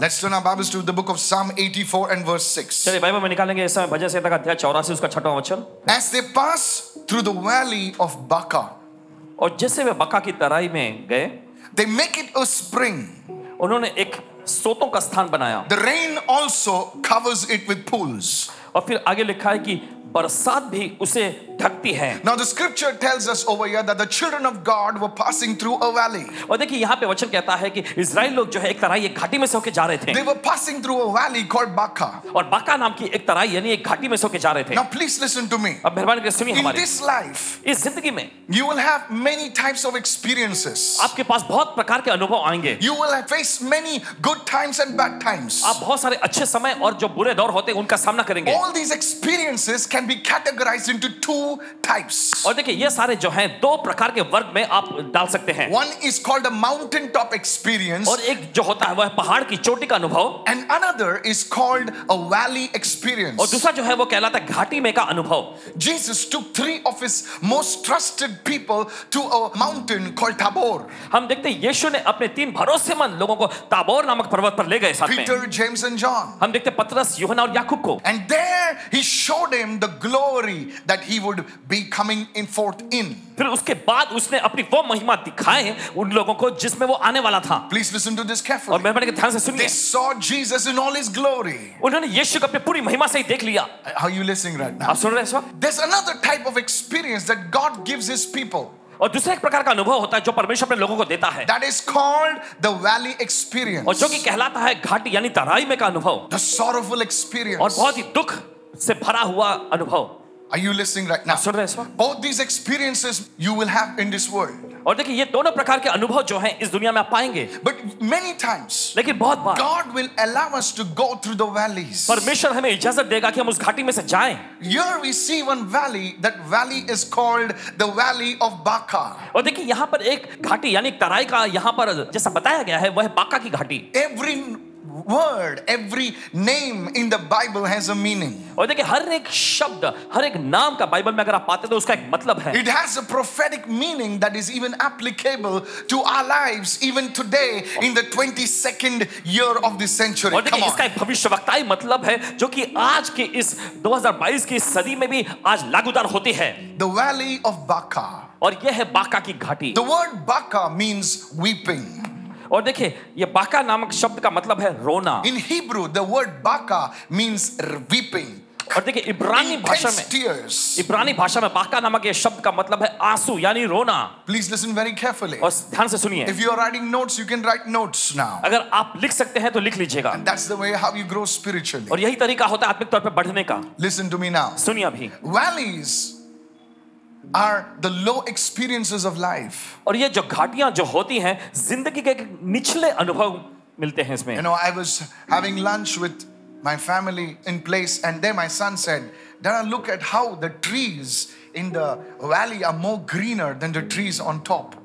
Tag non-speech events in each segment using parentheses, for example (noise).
Let's turn our Bibles to the book of Psalm 84 and verse 6. चलिए Bible में निकालेंगे इस समय भजन संहिता का अध्याय चौरासी उसका छठवां वचन As they pass through the valley of Baca, और जैसे वे बका की तराई में गए they make it a spring. उन्होंने एक सोतों का स्थान बनाया The rain also covers it with pools. और फिर आगे लिखा है कि बरसात भी उसे ढकती है Now, the scripture tells us over here that the children of God were passing through a valley. और देखिए यहाँ पे वचन कहता है कि इसराइल लोग जो है एक तराई एक घाटी में से होके जा रहे थे They were passing through a valley called Baca. और बाका नाम की एक तराई यानी एक घाटी में से होके जा रहे थे Now, please listen to me. अब मेहरबानी करके सुनिए In हमारे this life, इस जिंदगी में you will have many types of experiences. आपके पास बहुत प्रकार के अनुभव आएंगे You will face many good times and bad times. आप बहुत सारे अच्छे समय और जो बुरे दौर होते हैं उनका सामना करेंगे All these experiences can be categorized into two types. और देखिए ये सारे जो हैं दो प्रकार के वर्ग में आप डाल सकते हैं One is called a mountaintop experience, और एक जो होता है वह पहाड़ की चोटी का अनुभव and another is called a valley और experience. दूसरा जो है वो कहलाता है घाटी में का अनुभव Jesus took three of his most trusted people to a mountain called Tabor हम देखते हैं यीशु ने अपने तीन भरोसेमंद लोगों को ताबोर नामक पर्वत पर ले गए साथ में Peter, James, and John. हम देखते हैं पतरस यूहना और याकूब को And there he showed him the glory that he would be coming in forth in. फिर उसके बाद उसने अपनी वो महिमा दिखाए उन लोगों को जिसमें वो आने वाला था Please listen to this और carefully. मेहरबानी के ध्यान से सुनिए They saw Jesus in all his glory. उन्होंने यीशु को अपनी पूरी महिमा से ही देख लिया How are you listening right now? आप सुन रहे हैं इस वक्त There's another type of experience that God gives his people. और दूसरा एक प्रकार का अनुभव होता है जो परमेश्वर अपने लोगों को देता है That is called the valley experience. और जो कि कहलाता है घाटी यानी तराई में का अनुभव The sorrowful और experience. बहुत ही दुख से भरा हुआ अनुभव Are you listening right now? सुन रहे हैं इस वक्त Both these experiences you will have in this world. और देखिए ये दोनों प्रकार के अनुभव जो हैं इस दुनिया में आप पाएंगे But many times, लेकिन बहुत बार God will allow us to go through the valleys. परमेश्वर हमें इजाजत देगा कि हम उस घाटी में से जाएं Here we see one valley. That valley is called the Valley of Baca. और देखिए यहाँ पर एक घाटी यानी तराई का यहाँ पर जैसा बताया गया है वह बाका की घाटी Every word, every name in the Bible has a meaning. और देखिए हर एक शब्द हर एक नाम का बाइबल में अगर आप पाते हैं, तो उसका एक मतलब है It has a prophetic meaning that is even applicable to our lives even today in the 22nd year of this century. और Come देखिए on. इसका एक भविष्यवक्ताई मतलब है जो कि आज के इस 2022 की सदी में भी आज लागूदार होती है The Valley of Baca. और यह है बाका की घाटी The word Baca means weeping. और देखिए ये बाका नामक शब्द का मतलब है रोना In Hebrew, the word baka means weeping, और देखिए इब्रानी भाषा intense में tears. इब्रानी भाषा में बाका नामक ये शब्द का मतलब है आंसू यानी रोना Please listen very carefully. और ध्यान से सुनिए If you are writing notes, you can write notes now. अगर आप लिख सकते हैं तो लिख लीजिएगा That's the way how you grow spiritually. और यही तरीका होता है आत्मिक तौर पर बढ़ने का Listen to me now. सुनिए अभी Valleys are the low experiences of life. और ये जो घाटियां जो होती हैं जिंदगी के एक निचले अनुभव मिलते हैं इसमें You know, I was having lunch with my family in place, and then my son said, Dada, look at how the trees in the valley are more greener than the trees on top.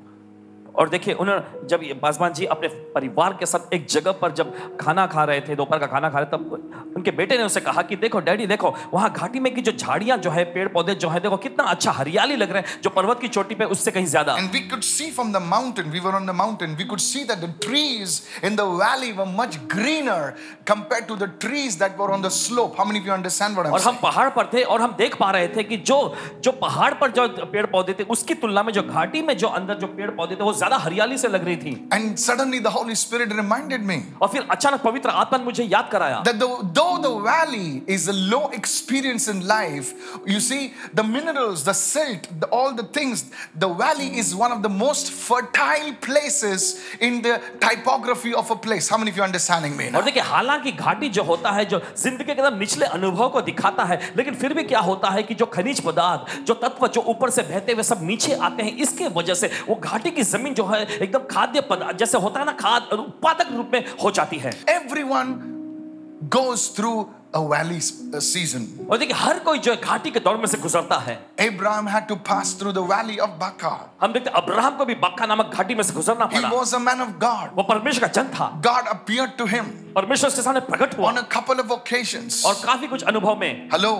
और देखिए उन्होंने जब ये बाजमान जी अपने परिवार के साथ एक जगह पर जब खाना खा रहे थे दोपहर का खाना खा रहे थे तब उनके बेटे ने उनसे कहा कि देखो डैडी देखो वहाँ घाटी में की जो झाड़ियाँ जो है पेड़ पौधे जो है देखो कितना अच्छा हरियाली लग रहे हैं जो पर्वत की चोटी पे उससे कहीं ज्यादा And we could see from the mountain, we were on the mountain, we could see that the trees in the valley were much greener compared to the trees that were on the slope. How many of you understand what I'm और हम saying? पहाड़ पर थे और हम देख पा रहे थे कि जो जो पहाड़ पर जो पेड़ पौधे थे उसकी तुलना में जो घाटी में जो अंदर जो पेड़ पौधे थे वो ज्यादा हरियाली से लग रही थी And suddenly the Holy Spirit reminded me और फिर अचानक पवित्र आत्मा ने मुझे याद कराया that the, though the valley is a low experience in life, you see, the minerals, the silt, the, all the things, the valley is one of the most fertile places in the typography of a place. How many of you are understanding me now? और देखिए हालांकि घाटी जो होता है जो जिंदगी के एकदम निचले अनुभव को दिखाता है लेकिन फिर भी क्या होता है कि जो खनिज पदार्थ जो तत्व जो ऊपर से बहते हुए सब नीचे आते हैं इसके वजह से वो घाटी की जमीन जो है एकदम खाद्य पदार्थ जैसे होता है ना खाद और उत्पादक रूप में हो जाती है Everyone goes through a valley s- a season. और देखिए हर कोई जो है घाटी के दौर में से गुजरता है Abraham had to pass through the valley of Baca. हम देखते हैं अब्राहम को भी बक्का नामक घाटी में से गुजरना He पड़ा was a man of God. वो परमेश्वर का जन था God appeared to him परमेश्वर उसके सामने प्रकट हुआ on a couple of occasions. और काफी कुछ अनुभव में Hello.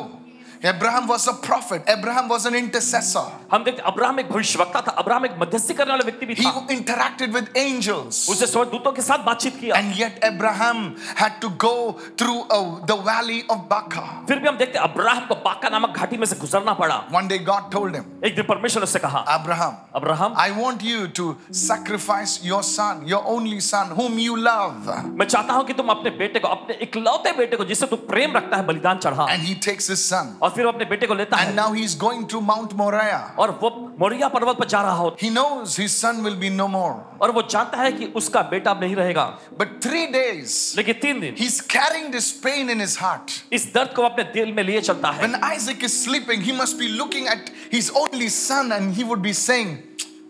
Abraham was a prophet, Abraham was an intercessor. हम देखते हैं, अब्राहम एक भविष्यवक्ता था अब्राहम एक मध्यस्थी करने वाला व्यक्ति भी He था interacted with angels. उसने स्वर्गदूतों के साथ बातचीत किया And yet, Abraham had to go through a- the valley of Baca. फिर भी हम देखते हैं, अब्राहम को बाका नामक घाटी में से गुजरना पड़ा One day, God told him, एक दिन परमेश्वर ने उससे कहा Abraham, Abraham I want you to sacrifice your son, your only son, whom you love. मैं चाहता हूं कि तुम अपने बेटे को अपने इकलौते बेटे को जिससे तू प्रेम रखता है बलिदान चढ़ा And he takes his son. और फिर वो अपने बेटे को लेता And है now he's going to Mount Moriah. और वो मोरिया पर्वत पर जा रहा होता He knows his son will be no more. है। और वो जानता है कि उसका बेटा अब नहीं रहेगा But three days, लेकिन तीन दिन he's carrying this pain in his heart. इस दर्द को वो अपने दिल में लिए चलता है When Isaac is sleeping, he must be looking at his only son and he would be saying,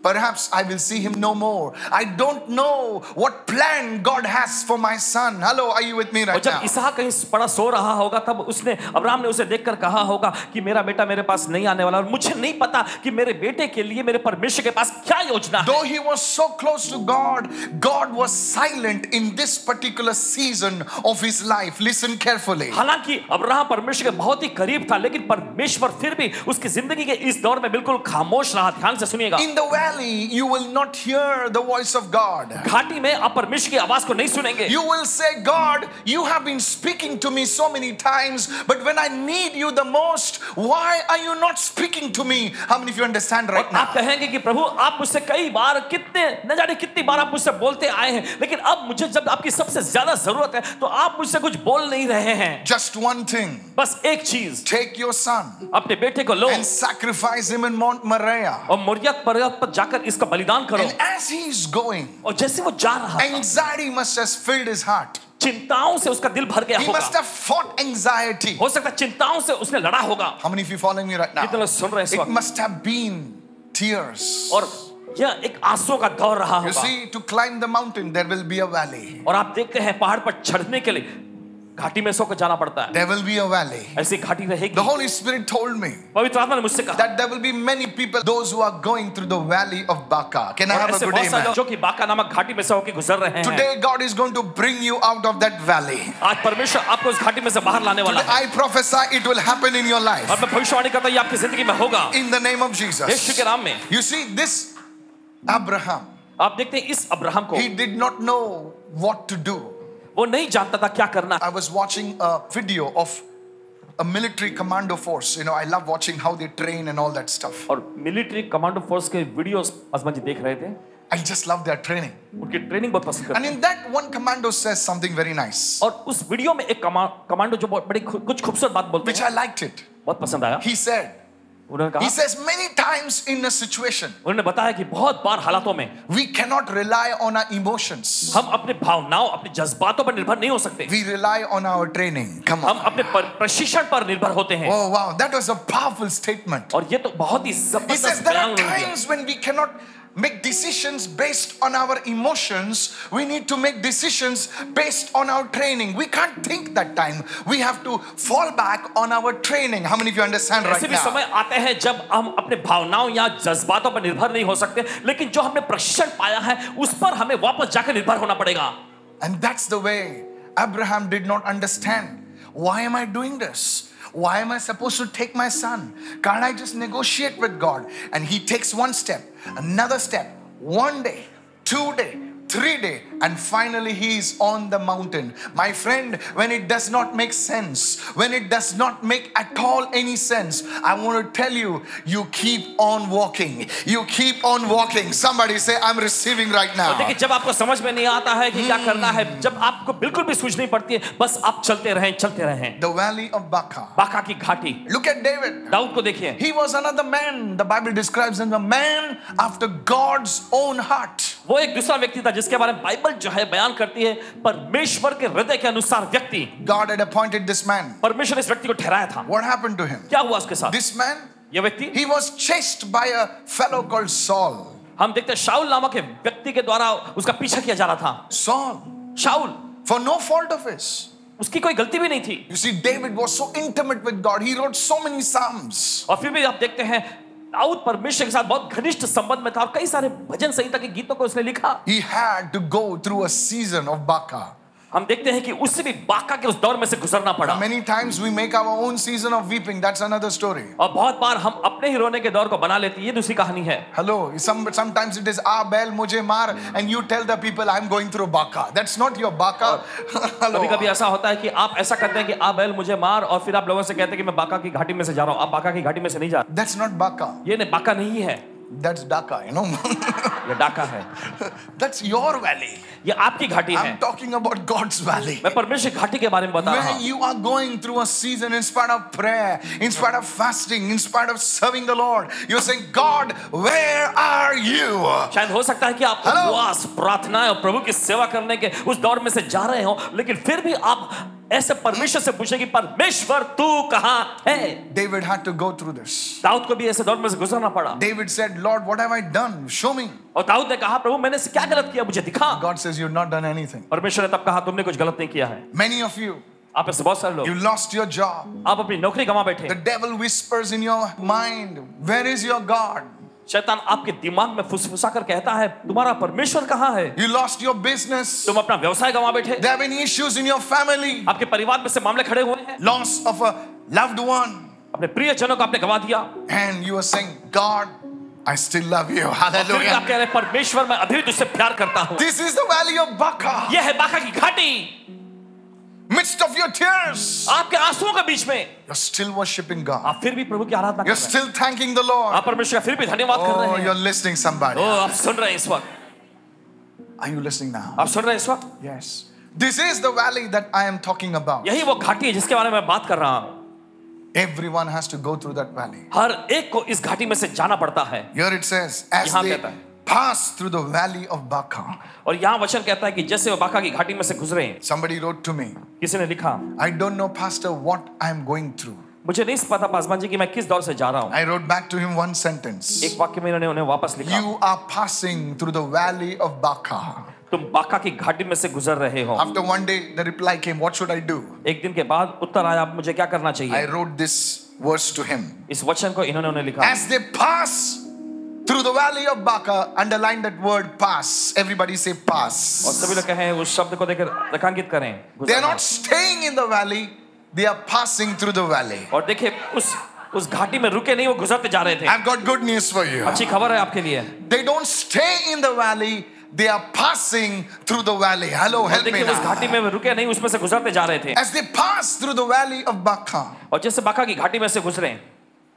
Perhaps I will see him no more. I don't know what plan God has for my son. Hello, are you with me और right जब now? इसहा कहीं पड़ा सो रहा होगा तब उसने Abraham ने उसे देखकर कहा होगा कि मेरा बेटा मेरे पास नहीं आने वाला और मुझे नहीं पता कि मेरे बेटे के लिए मेरे परमेश्वर के पास क्या योजना है Though he was so close to God, God was silent in this particular season of his life. Listen carefully. हालांकि अब्राहम परमेश्वर के बहुत ही करीब था लेकिन परमेश्वर फिर भी उसकी जिंदगी के इस दौर में बिल्कुल खामोश रहा ध्यान से सुनिएगा In the valley, you will not hear the voice of God. घाटी में आप परमेश्वर की आवाज को नहीं सुनेंगे You will say, God, you have been speaking to me so many times, but when I need you the most, why are you not speaking to me? How many of you understand right और आप now? कहेंगे कि प्रभु आप मुझसे कई बार कितने न जाने कितनी बार आप मुझसे बोलते आए हैं लेकिन अब मुझे जब आपकी सबसे ज्यादा जरूरत है तो आप मुझसे कुछ बोल नहीं रहे हैं Just one thing बस एक चीज take your son अपने बेटे को लो and sacrifice him in Mount Moriah. और मोरियत पर्वत पर जाकर इसका बलिदान करो And as he is going, और जैसे वो जा रहा था, anxiety must have filled his heart. चिंताओं से उसका दिल भर गया He must होगा have fought anxiety. हो सकता है चिंताओं से उसने लड़ा होगा How many of you following me right कितने now? लोग सुन रहे हैं इस It वक्त must have been tears. और यह एक आंसू का दौर रहा You होगा see, to climb the mountain, there will be a valley. और आप देखते हैं पहाड़ पर चढ़ने के लिए घाटी में सो कर जाना पड़ता है There will be a valley. ऐसी घाटी The रहेगी Holy Spirit told me पवित्र आत्मा ने मुझसे कहा that there will be many people, those who are going through the valley of Baca. Can I और have a ऐसे good बहुत सारे amen? लोग जो कि बाका नामक घाटी में से होकर गुजर रहे हैं Today, God is going to bring you out of that valley. आज परमेश्वर आपको उस घाटी में से बाहर लाने वाला है I prophesy it will happen in your और life मैं भविष्यवाणी करता हूं ये आपकी जिंदगी में होगा in the name of Yeshu Jesus. के नाम में You see, this Abraham, आप देखते हैं इस अब्राहम को he did not know what to do. वो नहीं जानता था क्या करना I was watching a video of a military commando force. You know, I love watching how they train and all that stuff. और मिलिट्री कमांडो फोर्स के videos असमान जी देख रहे थे I just love their training. उनकी training बहुत पसंद करते And in that, one commando says something very nice, और उस वीडियो में एक कमा- कमांडो जो बहुत बड़ी खु- कुछ खूबसूरत बात बोलते which हैं I liked it. बहुत पसंद आया He said, उन्होंने He कहा says many times in a situation, उन्होंने बताया कि बहुत बार हालातों में we cannot rely on our emotions. हम अपने भावनाओं अपने जज्बातों पर निर्भर नहीं हो सकते We rely on our training. Come हम on. अपने पर- प्रशिक्षण पर निर्भर होते हैं Oh, wow. That was a powerful statement. और ये तो बहुत He ही says जबरदस्त there बयान are उन्होंने दिया। times when we cannot make decisions based on our emotions. We need to make decisions based on our training. We can't think that time. We have to fall back on our training. How many of you understand right ऐसे भी now? समय आते हैं जब हम अपने भावनाओं या जज्बातों पर निर्भर नहीं हो सकते लेकिन जो हमने प्रशिक्षण पाया है उस पर हमें वापस जाकर निर्भर होना पड़ेगा तो And that's the way Abraham did not understand. Why am I doing this? Why am I supposed to take my son? Can't I just negotiate with God? And he takes one step, another step, one day, two day, three day, and finally he is on the mountain. My friend, when it does not make sense, when it does not make at all any sense, I want to tell you, you keep on walking. You keep on walking. Somebody say, I'm receiving right now. देखिए जब आपको समझ में नहीं आता है कि हम्म। क्या करना है जब आपको बिल्कुल भी सूझ नहीं पड़ती है बस आप चलते रहें चलते रहें The valley of Baca. बाका की घाटी Look at David. दाऊद को देखिए He was another man. The Bible describes him a man after God's own heart. वो एक दूसरा व्यक्ति था जिसके बारे में बाइबल जो है बयान करती है परमेश्वर के हृदय के अनुसार व्यक्ति God had appointed this man. परमेश्वर ने इस व्यक्ति को ठहराया था What happened to him? क्या हुआ उसके साथ This man, ये व्यक्ति he was chased by a fellow called Saul. हम देखते हैं शाउल नामक एक व्यक्ति के द्वारा उसका पीछा किया जा रहा था Saul, Saul for no fault of his. उसकी कोई गलती भी नहीं थी You see, David was so intimate with God. He wrote so many psalms. और फिर भी आप देखते हैं दाऊद परमेश्वर के साथ बहुत घनिष्ठ संबंध में था और कई सारे भजन संहिता के गीतों को उसने लिखा He had to go through a season of Baca. हम देखते हैं कि उससे भी बाका के उस दौर में से गुजरना पड़ा Many times we make our own season of weeping. That's another story. और बहुत बार हम अपने ही रोने के दौर को बना लेते हैं ये दूसरी कहानी है Hello. Some, sometimes it is ah bel mujhe mar, and you tell the people I'm going through baka. That's not your baka. कभी कभी (laughs) Hello. ऐसा होता है कि आप ऐसा करते हैं कि आप बैल मुझे मार और फिर आप लोगों से कहते हैं कि मैं बाका की घाटी में से जा रहा हूँ आप बाका की घाटी में से नहीं जा रहे That's not baka. ये नहीं बाका नहीं है That's daka. You know. (laughs) ये डाका है That's your valley. ये आपकी घाटी है I'm talking about God's valley. मैं परमेश्वर की घाटी के बारे में बता रहा Where हूँ you are going through a season in spite of prayer, in spite of fasting, in spite of serving the Lord, you're saying, God, where are you? शायद हो सकता है कि आप Hello? उपवास प्रार्थनाएं और प्रभु की सेवा करने के उस दौर में से जा रहे हो लेकिन फिर भी आप ऐसे परमेश्वर से पूछे कि परमेश्वर तू कहाँ है David had to go through this. दाऊद को भी ऐसे दौर में से गुजरना पड़ा David said, Lord, what have I done? Show me. और दाऊद ने कहा प्रभु मैंने इससे क्या गलत किया मुझे दिखा God says, You've not done anything. परमेश्वर ने तब कहा तुमने कुछ गलत नहीं किया है Many of you, आप ऐसे बहुत सारे लोग you lost your job. आप अपनी नौकरी गंवा बैठे The devil whispers in your mind, Where is your God? शैतान आपके दिमाग में फुसफुसा कर कहता है तुम्हारा परमेश्वर कहाँ है You lost your business. तुम अपना व्यवसाय गंवा बैठे There have been issues in your family, आपके परिवार में से मामले खड़े हुए हैं loss of a loved one. अपने प्रियजनों को आपने गंवा दिया और And you are saying, God, I still love you. (laughs) फिर भी Hallelujah. आप कह रहे हैं, परमेश्वर मैं अभी भी तुझसे प्यार करता हूँ This is the valley of Baca, यह है बाका की घाटी midst of your tears. आपके आंसुओं के बीच में You're still worshiping God. आप फिर भी प्रभु की आराधना कर You're रहे हैं still thanking the Lord. आप परमेश्वर का फिर भी धन्यवाद कर Oh, रहे you're हैं listening, ओ somebody. आप सुन रहे हैं इस वक्त Are you listening now? आप सुन रहे हैं इस वक्त Yes. This is the valley that I am talking about. यही वो घाटी है जिसके बारे में मैं बात कर रहा हूँ Everyone has to go through that valley. हर एक को इस घाटी में से जाना पड़ता है Here it says, as यहाँ they कहता है। pass through the valley of Baca. और यहाँ वचन कहता है कि जैसे वो बाका की घाटी में से गुजरे Somebody wrote to me, किसी ने लिखा I don't know, Pastor, what I'm going through. मुझे नहीं पता पासवान जी कि मैं किस दौर से जा रहा हूँ I wrote back to him one sentence. एक वाक्य में इन्होंने उन्हें वापस लिखा You are passing through the valley of Baca. तुम बाका की घाटी में से गुजर रहे हो After one day, the reply came, What should I do? एक दिन के बाद उत्तर आया आप मुझे क्या करना चाहिए I wrote this verse to him. इस वचन को इन्होंने उन्हें लिखा As they pass through the valley of Baca, underline that word pass. Everybody say और pass. सभी लोग कहें उस शब्द को देखकर रेखांकित करें They are गुजरना। not staying in the valley, they are passing through the valley. और देखिए उस उस घाटी में रुके नहीं वो गुजरते जा रहे थे I've got good news for you. अच्छी खबर है आपके लिए They don't stay in the valley, they are passing through the valley. Hello, और help me देखिए उस now. घाटी में वे रुके नहीं उसमें से गुजरते जा रहे थे As they pass through the valley of Baca, और जैसे बाका की घाटी में से गुजरे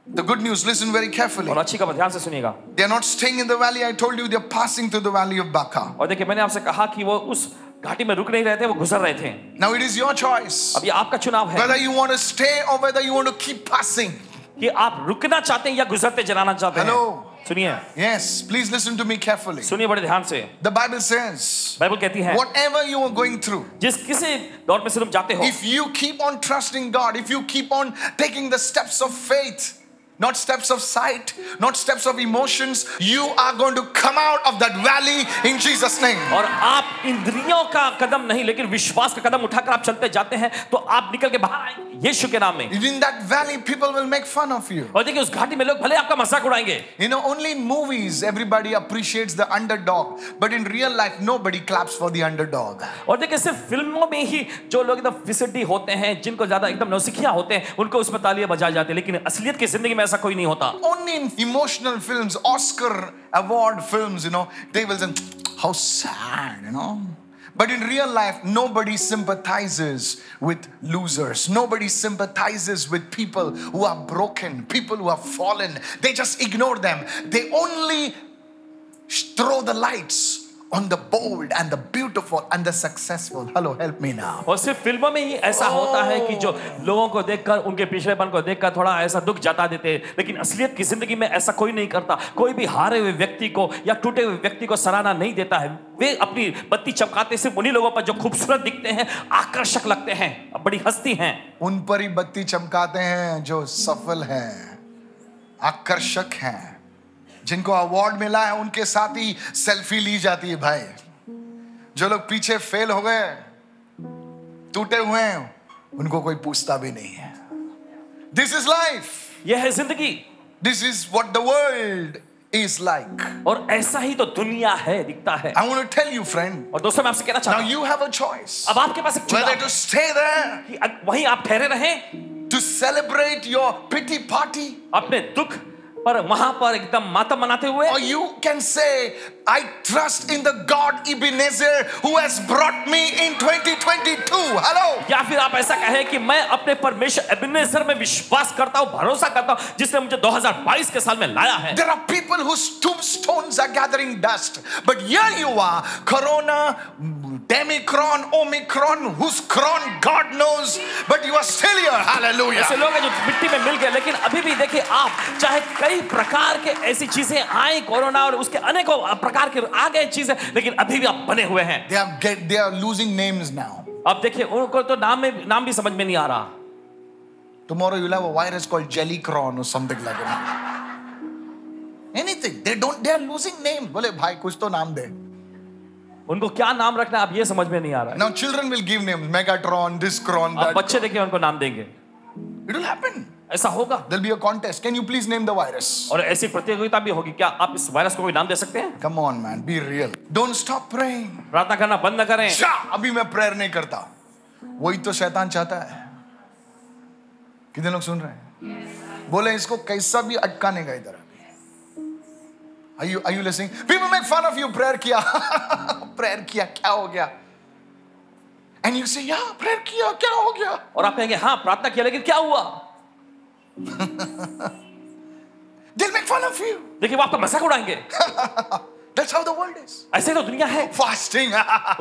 the good news, listen very carefully. और अच्छी खबर ध्यान से सुनिएगा They're not staying in the valley. I told you they're passing through the valley of Baca. और देखिए मैंने आपसे कहा कि वो उस घाटी में रुक नहीं रहे थे वो गुजर रहे थे Now it is your choice अब ये आपका चुनाव है whether you want to stay or whether you want to keep passing. कि आप रुकना चाहते हैं या गुजरते जलाना चाहते हैं Hello. सुनिए Yes, please listen to me carefully. सुनिए बड़े ध्यान से The Bible says, बाइबल कहती है whatever you are going through, जिस किसी दौर में से तुम जाते हो if you keep on trusting God, if you keep on taking the steps of faith, not steps of sight, not steps of emotions, you are going to come out of that valley in Jesus' name. और आप इंद्रियों का कदम नहीं लेकिन विश्वास का कदम उठाकर आप चलते जाते हैं तो आप निकल के बाहर आएंगे यीशु के नाम में In that valley, people will make fun of you. और देखिए उस घाटी में लोग भले आपका मजाक उड़ाएंगे You know, only in movies everybody appreciates the underdog, but in real life nobody claps for the underdog. और देखिए सिर्फ फिल्मों में ही जो लोग एकदम फिसड्डी होते हैं जिनको ज्यादा एकदम नौसिखिया होते हैं उनको उसमें तालियां बजाई जाती है लेकिन असलियत की जिंदगी में ऐसा कोई नहीं होता Only in emotional films, Oscar award films, you know, they will say, how sad, you know. But in real life, nobody sympathizes with losers. Nobody sympathizes with people who are broken, people who have fallen. They just ignore them. They only sh- throw the lights on the bold and the beautiful and the successful. Hello, help me now. और सिर्फ फिल्मों में ही ऐसा होता है कि जो लोगों को देखकर उनके पिछड़ेपन को देखकर थोड़ा ऐसा दुख जता देते हैं लेकिन असलियत की जिंदगी में ऐसा कोई नहीं करता कोई भी हारे हुए व्यक्ति को या टूटे हुए व्यक्ति को सराहना नहीं देता है वे अपनी बत्ती चमकाते सिर्फ उन्हीं लोगों पर जो खूबसूरत दिखते हैं आकर्षक लगते हैं बड़ी हस्ती हैं उन पर ही बत्ती चमकाते हैं जो सफल हैं आकर्षक हैं जिनको अवार्ड मिला है उनके साथ ही सेल्फी ली जाती है भाई जो लोग पीछे फेल हो गए टूटे हुए हैं उनको कोई पूछता भी नहीं है दिस इज लाइफ यह है जिंदगी this is what the world is like. और ऐसा ही तो दुनिया है दिखता है I want to tell you, friend, और दोस्तों मैं आपसे कहना now चाहता हूँ you have a choice अब आपके पास एक चुनाव whether to stay there, है कि अग- वहीं आप ठहरे रहे to celebrate your pity party, अपने दुख पर वहां पर एकदम मातम मनाते हुए or you can say, I trust in the God Ebenezer who has brought me in 2022. Hello. या फिर आप ऐसा कहें कि मैं अपने परमेश्वर एबिनेजर में विश्वास करता हूँ भरोसा करता हूँ जिसने मुझे 2022 के साल में लाया है There are people whose tombstones are gathering dust, but here you are, Corona, Demicron, Omicron, whose cron God knows, but you are still here. Hallelujah. ऐसे लोग हैं जो मिट्टी में मिल गए लेकिन अभी भी देखिए आप चाहे कई प्रकार के ऐसी चीजें आई कोरोना और उसके अनेकों प्रकार के आ गए चीजें लेकिन अभी भी आप बने हुए हैं They are get they are losing names now. अब देखिए उनको तो नाम में नाम भी समझ में नहीं आ रहा Tomorrow you'll have a virus called Jellycron or something like that. Anything. They don't. They are losing names. बोले भाई कुछ तो नाम दे. उनको क्या नाम रखना है, अब ये समझ में नहीं आ रहा है Now children will give names. Megatron, this cron, अब that. बच्चे देखिए उनको नाम देंगे It will happen. ऐसा होगा There'll be a contest. Can you please name the virus? और ऐसी प्रतियोगिता भी होगी क्या आप इस वायरस को कोई नाम दे सकते हैं Come on, man. Be real. Don't stop praying. प्रार्थना करना बंद न करें जा अभी मैं प्रेयर नहीं करता वही तो शैतान चाहता है कितने लोग सुन रहे हैं बोले इसको कैसा भी अटकाने का इधर Are you, are you listening? People make fun of you. Prayer किया (laughs) prayer किया क्या हो गया And you say, yeah, prayer किया क्या हो गया और आप कहेंगे हाँ प्रार्थना किया लेकिन क्या हुआ They'll make fun of you. देखिए वो आपका मजाक उड़ाएंगे That's how the world is. ऐसे ही तो दुनिया है Fasting. (laughs) (laughs)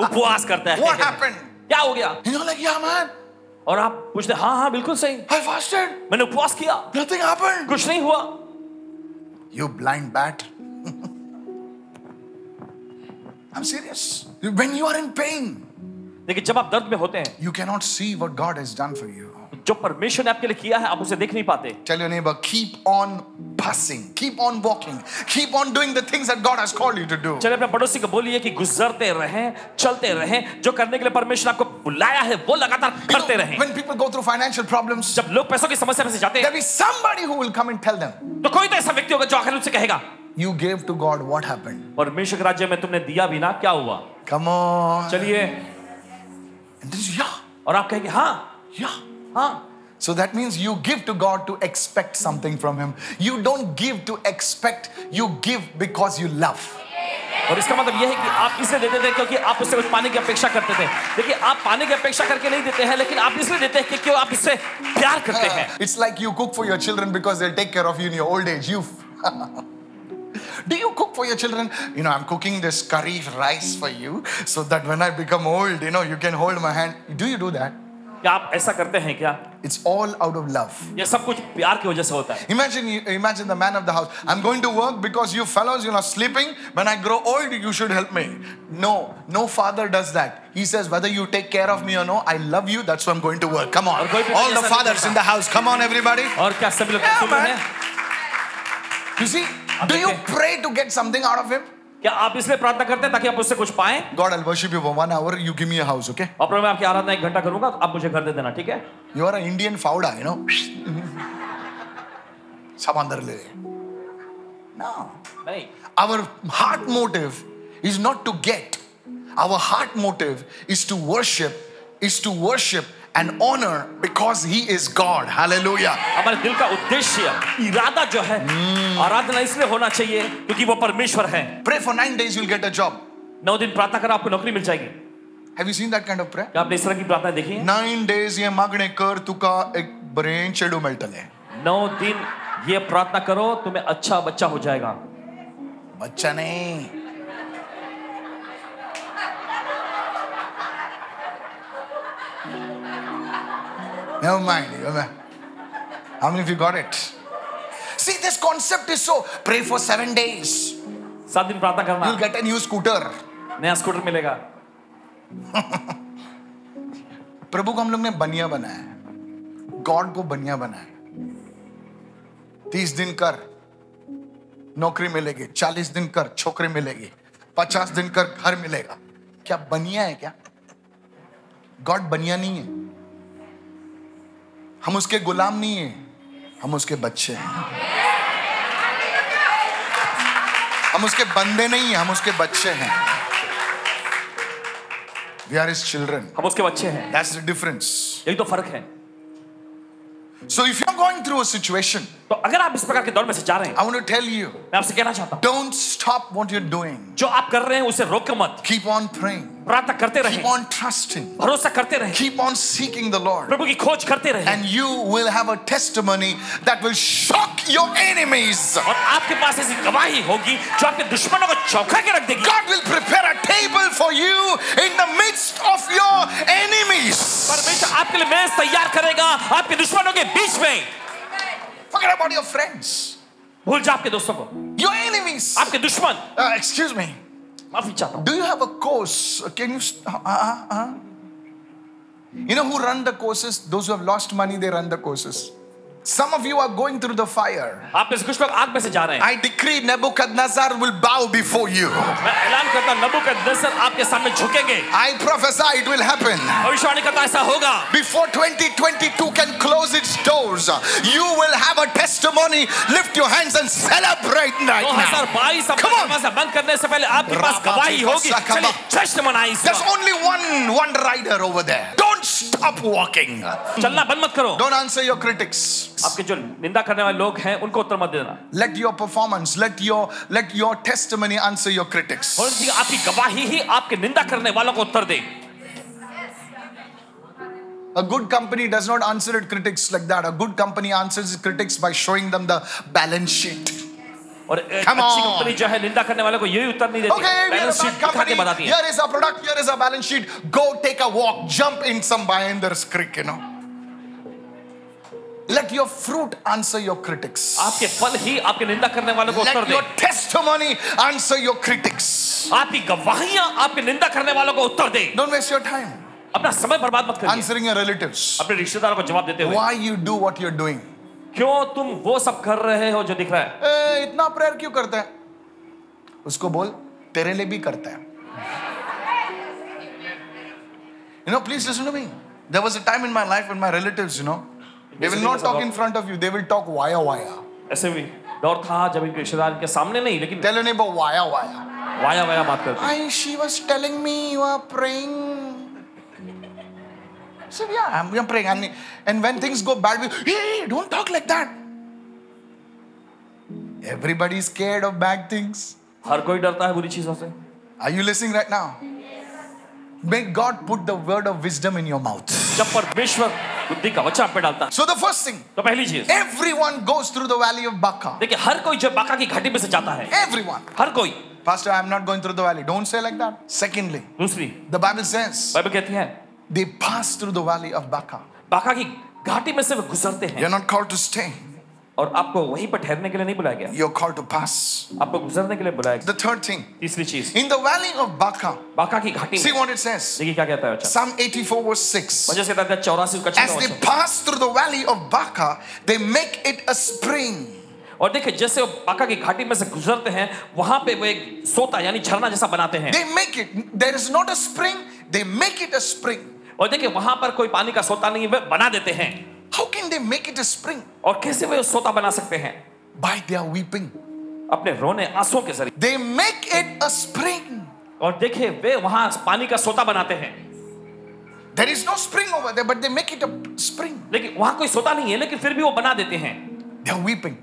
उपवास करता है What happened? क्या हो गया And you're like, yeah, man, और आप पूछते हाँ हाँ बिल्कुल सही I fasted. मैंने उपवास किया Nothing happened. कुछ नहीं हुआ You blind bat. (laughs) I'm serious. When you are in pain, देखिए जब आप दर्द में होते हैं you cannot see what God has done for you. जो परमेश्वर ने आपके लिए किया है आप उसे देख नहीं पाते Tell your neighbor, keep on passing, keep on walking, keep on doing the things that God has called you to do. चलिए अपने पड़ोसी को बोलिए कि गुजरते रहें चलते रहें जो करने के लिए परमेश्वर ने आपको बुलाया है वो लगातार You know, करते रहें when people go through financial problems, जब लोग पैसों की समस्या में से जाते हैं there'll be somebody who will come and tell them, तो कोई तो ऐसा व्यक्ति होगा जो आखिर उनसे कहेगा You gave to God, what happened? परमेश्वर के राज्य में तुमने दिया भी ना क्या हुआ Come on. चलिए And this, yeah, और आप कहेंगे हाँ yeah. हाँ So that means you give to God to expect something from Him. You don't give to expect, you give because you love. और इसका मतलब यह है कि आप इसलिए देते थे क्योंकि आप उससे कुछ पाने की अपेक्षा करते थे देखिए आप पाने की अपेक्षा करके नहीं देते हैं लेकिन आप इसलिए देते हैं कि क्यों आप उससे प्यार करते हैं It's like you cook for your children because they'll take care of you in your old age. You (laughs) Do you cook for your children? You know, I'm cooking this curry rice for you so that when I become old, you know, you can hold my hand. Do you do that? क्या आप ऐसा करते हैं क्या It's all out of love. यह सब कुछ प्यार की वजह से होता है Imagine you, imagine the man of the house. I'm going to work because you fellows, you're not sleeping. When I grow old, you should help me. No, no father does that. He says, whether you take care of me or no, I love you. That's why I'm going to work. Come on. और कोई भी All the ऐसा नहीं fathers करता। in the house. Come on, everybody. और क्या सभी लोग Yeah, सुन रहे man. हैं You see, do you pray to get something out of him? क्या आप इसलिए प्रार्थना करते हैं ताकि आप उससे कुछ पाएं God, I'll worship you for one hour. You give me a house, okay? और प्रभु मैं आपकी आराधना एक घंटा करूंगा तो आप मुझे घर दे देना ठीक है You are an Indian fauda, you know? (laughs) Some other lady. No. नहीं Our heart motive is not to get. Our heart motive is to worship, is to worship and honor because He is God. Hallelujah. हमारे दिल का उद्देश्य इरादा जो है आराधना इसलिए होना चाहिए क्योंकि वो परमेश्वर है Pray for nine days, you'll get a job. नौ दिन प्रार्थना कर आपको नौकरी मिल जाएगी Have you seen that kind of prayer? क्या आपने इस तरह की प्रार्थना देखी है Nine days ये मागणे कर तुका एक ब्रेन चेडू मेळटले नौ दिन ये प्रार्थना करो तुम्हें अच्छा बच्चा हो जाएगा बच्चा नहीं Never mind. Never mind. How many of you got it? See, this concept is so pray for seven days. सात दिन प्रार्थना You'll करना get a new scooter. नया स्कूटर मिलेगा प्रभु को हम लोग ने बनिया बनाया है गॉड को बनिया बनाया है तीस दिन कर नौकरी मिलेगी चालीस दिन कर छोकरी मिलेगी पचास दिन कर घर मिलेगा क्या बनिया है क्या गॉड बनिया नहीं है हम उसके गुलाम नहीं है हम उसके बच्चे हैं हम उसके बंदे नहीं हैं हम उसके बच्चे हैं वी आर इज चिल्ड्रन हम उसके बच्चे हैं दैट्स द डिफरेंस यही तो फर्क है so if you are going through a situation तो अगर आप इस प्रकार के दौर में से जा रहे हैं I want to tell you मैं आपसे कहना चाहता हूँ don't stop what you are doing जो आप कर रहे हैं उसे रोके मत कीप ऑन प्रेइंग प्रार्थना करते रहे कीप ऑन ट्रस्टिंग भरोसा करते रहे keep on seeking the Lord प्रभु की खोज करते रहे and you will have a testimony that will shock your enemies. और आपके पास ऐसी गवाही होगी जो आपके दुश्मनों को चौंका के रख देगी God will prepare a table for you in the midst of your enemies. परमेश्वर आपके लिए मेज तैयार करेगा आपके दुश्मनों के बीच में Forget about your friends, भूल जा आपके दोस्तों को your enemies. आपके दुश्मन Uh, excuse me. माफी चाहता हूँ Do you have a course? Can you? st- Uh, uh, uh, uh. You know who run the courses? Those who have lost money, they run the courses. Some of you are going through the fire. आप में से कुछ लोग आग में से जा रहे हैं I decree Nebuchadnezzar will bow before you. मैं ऐलान करता हूँ नबू आपके सामने झुकेंगे I prophesy it will happen. भविष्यवाणी करता ऐसा होगा Before 2022 can close its doors, you will have a testimony. Lift your hands and celebrate right दो हजार now. बाईस Come on. बंद करने से पहले आपके पास रामा गवाही जी का होगी साका चलिए बा- जश्न मनाए इस There's वक्त। only one one rider over there. Don't stop walking. चलना बंद मत करो Don't answer your critics. आपके जो निंदा करने वाले लोग हैं उनको उत्तर मत देना Let your performance, let your let your testimony answer your critics. और जी आपकी गवाही ही आपके निंदा करने वालों को उत्तर दे A good company does not answer its critics like that. A good company answers its critics by showing them the balance sheet. और एक Come अच्छी on. कंपनी जो है निंदा करने वालों को यही उत्तर नहीं देती Okay, we are a balance bad sheet दिखा company. के बताती है Here is our product, here is our balance sheet. Go take a walk, jump in some Bayender's creek, you know. Let your fruit answer your critics. आपके फल ही आपके निंदा करने वालों को उत्तर Let दे your testimony answer your critics. आपकी गवाहियां आपके निंदा करने वालों को उत्तर दे Don't waste your time अपना समय बर्बाद मत करिए answering your relatives. अपने रिश्तेदारों को जवाब देते हुए Why you do what you're doing. क्यों तुम वो सब कर रहे हो जो दिख रहा है ए, इतना प्रेयर क्यों करता है उसको बोल तेरे लिए भी करता है you know please listen to me there was a time in my life and my relatives you know they will not talk in front of you they will talk via via ऐसे भी दौर था जब इनके रिश्तेदार इनके सामने नहीं लेकिन tell your neighbour via via via via बात करते I she was telling me you are praying So yeah, I'm, I'm praying, and, and when things go bad, we hey, hey, don't talk like that. Everybody's scared of bad things. हर कोई डरता है बुरी चीजों से Are you listening right now? May God put the word of wisdom in your mouth. जब परमेश्वर बुद्धि का वचन आप पे डालता है So, the first thing, तो पहली चीज everyone goes through the valley of Baca. देखिए हर कोई जो बाका की घाटी में से जाता है Everyone. हर कोई Pastor, I'm not going through the valley. Don't say like that. Secondly, दूसरी the Bible says बाइबल कहती है they pass through the valley of Baca. बाका की घाटी में से वे गुजरते हैं You're not called to stay, और आपको वहीं पर ठहरने के लिए नहीं बुलाया गया you're called to pass. आपको गुजरने के लिए बुलाया गया The third thing, तीसरी चीज in the valley of Baca, बाका की घाटी see में what it says देखिए क्या कहता है अच्छा Psalm 84, verse 6. वजह से कहता है चौरासी उसका As छठा they वचन। pass through the valley of Baca, they make it a spring. और देखिए जैसे वो बाका की घाटी में से गुजरते हैं वहां पे वो एक सोता यानी झरना जैसा बनाते हैं They make it. There is not a spring. They make it a spring. और देखिए वहां पर कोई पानी का सोता नहीं है, वे बना देते हैं How can they make it a spring? और कैसे वे उस सोता बना सकते हैं By their weeping. अपने रोने आंसुओं के जरिए They make it a spring. और देखिए वे वहां पानी का सोता बनाते हैं There is no spring over there, but they make it a spring. लेकिन वहां कोई सोता नहीं है लेकिन फिर भी वो बना देते हैं They are weeping.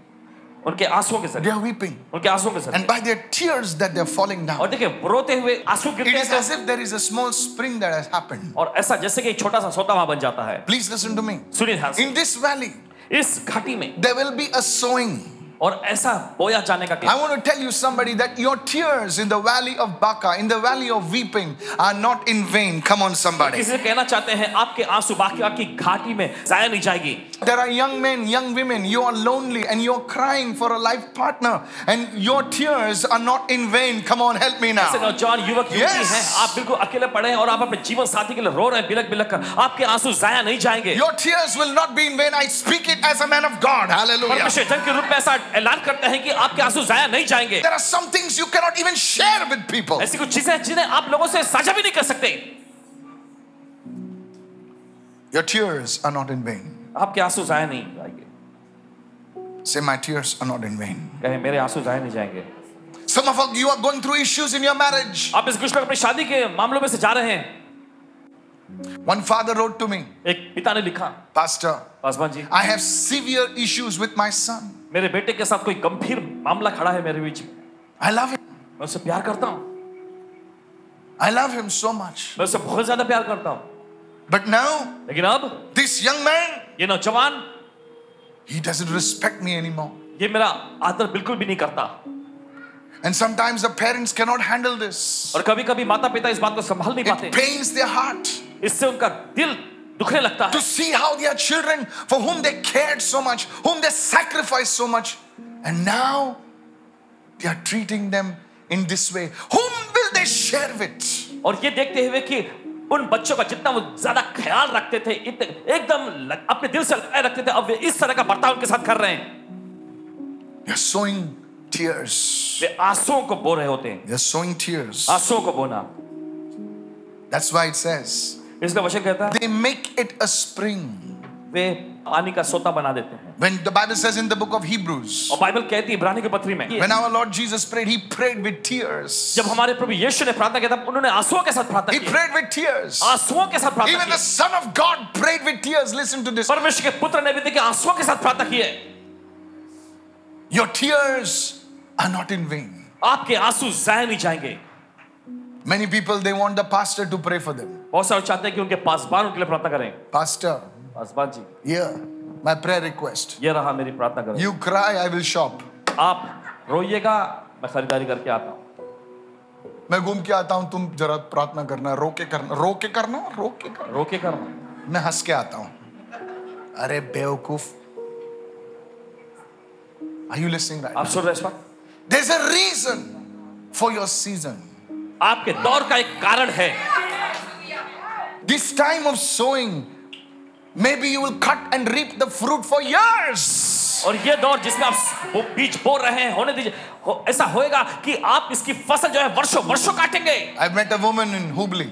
उनके आंसुओं के They जरिए are weeping. उनके आंसुओं के जरिए And by their tears that they are falling down. और देखिए रोते हुए आंसू It गिरते is हैं तो- as if there is a small spring that has happened. और ऐसा जैसे कि एक छोटा सा सोता वहां बन जाता है Please listen to me. सुनिए ध्यान से In this valley, इस घाटी में there will be a sowing. और ऐसा बोया जाने I का case want to tell you, somebody, that your tears in the valley of Baca, in the valley of weeping, are not in vain. Come on, somebody. किसी से कहना चाहते हैं आपके आंसू बाकी आपकी घाटी में जाया नहीं जाएगी There are young men, young women, you are lonely and you're crying for a life partner, and your tears are not in vain. Come on, help me ऐसे now. नौजवान युवक युवती Yes. हैं आप बिल्कुल अकेले पड़े हैं और आप अपने जीवन साथी के लिए रो रहे हैं बिलक बिलक कर आपके आंसू जाया नहीं जाएंगे Your tears will not be in vain. I speak it as a man of God. Hallelujah. परमेश्वर जन के रूप में ऐसा ऐलान करते हैं कि आपके आंसू जाया नहीं जाएंगे There are some things you cannot even share with people. ऐसी कुछ चीजें हैं जिन्हें आप लोगों से साझा भी नहीं कर सकते Your tears are not in vain. आपके आंसू जाया नहीं जाएंगे Say, My tears are not in vain. कहे मेरे आंसू जाया नहीं जाएंगे Some of you are going through issues in your marriage. आप इस कृष्ण अपनी शादी के मामलों में से जा रहे हैं One father wrote to me, एक पिता ने लिखा Pastor, Paswan ji I have severe issues with my son. मेरे बेटे के साथ कोई गंभीर मामला खड़ा है मेरे बीच में I love him. मैं उससे प्यार करता हूँ I love him so much. मैं उससे बहुत ज्यादा प्यार करता हूँ But now, लेकिन अब this young man, ये नौजवान he doesn't respect me anymore. ये मेरा आदर बिल्कुल भी नहीं करता And sometimes the parents cannot handle this. और कभी कभी माता पिता इस बात को संभाल नहीं It पाते pains their heart इससे उनका दिल दुखने लगता है to see how their children, for whom they cared so much, whom they sacrificed so much, and now they are treating them in this way. Whom will they share with? और ये देखते हुए कि उन बच्चों का जितना वो ज्यादा ख्याल रखते थे इतने एकदम लग, अपने दिल से लगाए रखते थे अब वे इस तरह का बर्ताव उनके साथ कर रहे हैं They're sowing tears. वे आंसुओं को बो रहे होते हैं They're sowing tears. आंसुओं को बोना That's why it says, इसलिए वचन कहता है they make it a spring. वे पानी का सोता बना देते हैं When the Bible says in the book of Hebrews, और बाइबल कहती है इब्रानी की पत्री में when our Lord Jesus prayed, he prayed with tears. जब हमारे प्रभु यीशु ने प्रार्थना किया था उन्होंने आंसुओं के साथ प्रार्थना He की prayed with tears. आंसुओं के साथ प्रार्थना Even the की Son of God prayed with tears. Listen to this. परमेश्वर के पुत्र ने भी देखिए आंसुओं के साथ प्रार्थना की है Your tears are not in vain. आपके आंसू जाया नहीं जाएंगे Many people they want the pastor to pray for them. बहुत सारे चाहते हैं कि उनके पासबान उनके लिए प्रार्थना करें Pastor, Paswan ji here, my prayer request. ये रहा मेरी प्रार्थना करें You cry, I will shop. आप रोइएगा मैं खरीदारी करके आता हूँ मैं घूम के आता हूँ तुम जरा प्रार्थना करना रो के करना रो के करना रो के करना रोके करना मैं हंस के आता हूँ अरे बेवकूफ Are you listening right? आप सुन रहे हैं इस वक्त There's a reason for your season. आपके दौर का एक कारण है This time of sowing, maybe you will cut and reap the fruit for years. और ये दौर जिसमें आप वो बीज बो रहे हैं होने दीजिए हो, ऐसा होएगा कि आप इसकी फसल जो है वर्षों वर्षों काटेंगे I met a woman in Hubli.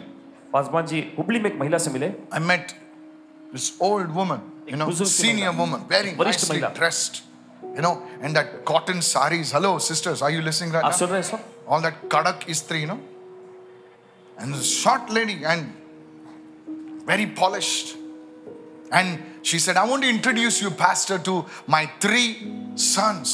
Paswan ji Hubli में एक महिला से मिले I met this old woman, you know, बुजुर्ग senior महिला। woman, very वरिष्ठ nicely महिला। dressed, you know, and that cotton saris. Hello, sisters, are you listening right आप now? सुन रहे हैं इस वक्त All that kadak istri, you know, and this short lady and very polished. And she said, I want to introduce you, pastor, to my three sons.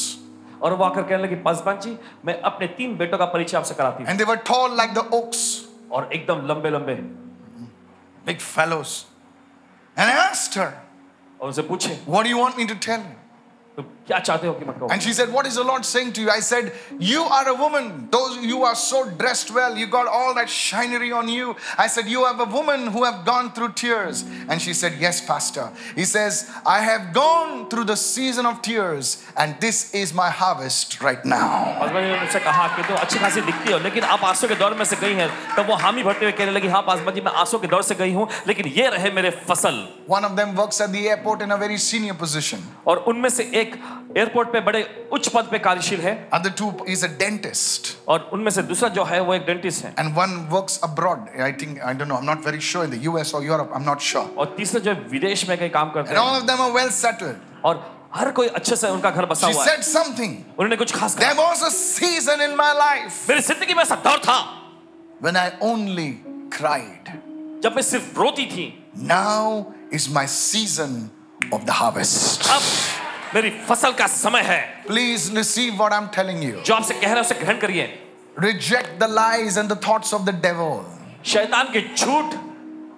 और वो आकर कहने लगी पासवान जी मैं अपने तीन बेटों का परिचय आपसे कराती हूँ And they were tall like the oaks, और एकदम लंबे लंबे और big fellows. And I asked her, उनसे पूछे What do you want me to tell you? तो क्या चाहते हो कि मैं कहूँ And she said, What is the Lord saying to you? I said, You are a woman. Those you are so dressed well. You got all that shinery on you. I said, You have a woman who have gone through tears. And she said, Yes, Pastor. He says, I have gone through the season of tears, and this is my harvest right now. Paswan ji ने उनसे कहा कि तो अच्छी खासी दिखती हो लेकिन आप आंसू के दौर में से गई हैं तब वो हामी भरते हुए कहने लगी हाँ पासवान जी मैं आंसू के दौर से गई हूँ लेकिन ये रहे मेरे फसल One of them works at the airport in a very senior position. और उनमें से एक एयरपोर्ट पे बड़े उच्च पद पे कार्यशील है Other two is a dentist. और उनमें से दूसरा जो है वो एक डेंटिस्ट है And one works abroad. I think, I don't know, I'm not very sure in the US or Europe. I'm not sure. और तीसरा जो है विदेश में कहीं काम करते And all हैं of them are well settled. और हर कोई अच्छे से उनका घर बसा She हुआ है said something. उन्होंने कुछ खास कहा There was a season in my life मेरी जिंदगी में ऐसा दौर था when I only cried. जब मैं सिर्फ रोती थी Now is my season of the harvest. अब मेरी फसल का समय है Please receive what I'm telling you. जो आपसे कह रहा है उसे ग्रहण करिए Reject the lies and the thoughts of the devil. शैतान के झूठ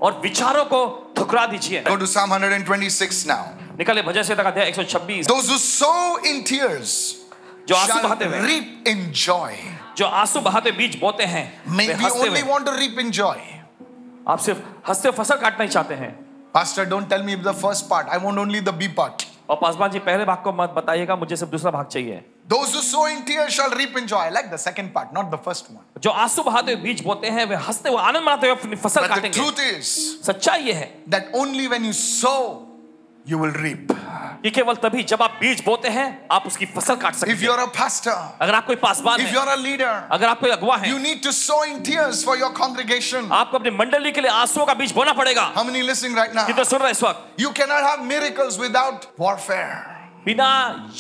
और विचारों को ठुकरा दीजिए Go to Psalm 126 now. निकाले भजन से का अध्याय 126 Those who sow in tears जो आंसू shall बहाते हुए reap in joy. जो आंसू बहाते बीज बोते हैं May वे we हंसते only हुए want to reap in joy. आप सिर्फ हंसते हुए फसल काटना ही चाहते हैं Pastor, don't tell me the first part. I want only the B part. और पासवान जी पहले भाग को मत बताइएगा मुझे सिर्फ दूसरा भाग चाहिए Those who sow in tears shall reap in joy. I like the second part, not the first one. जो आंसू बहाते हुए बीज बोते हैं वे हंसते हुए आनंद मनाते हुए अपनी फसल But the काटेंगे truth is, सच्चाई ये है that only when you sow you will reap कि केवल तभी जब आप बीज बोते हैं आप उसकी फसल काट if सकते हैं you're a pastor अगर आप कोई पासवान if हैं you're a leader अगर आप कोई अगवा हैं you need to sow in tears for your congregation आपको अपनी मंडली के लिए आंसुओं का बीज बोना पड़ेगा how many listening right now कितना सुन रहा है इस वक्त you cannot have miracles without warfare बिना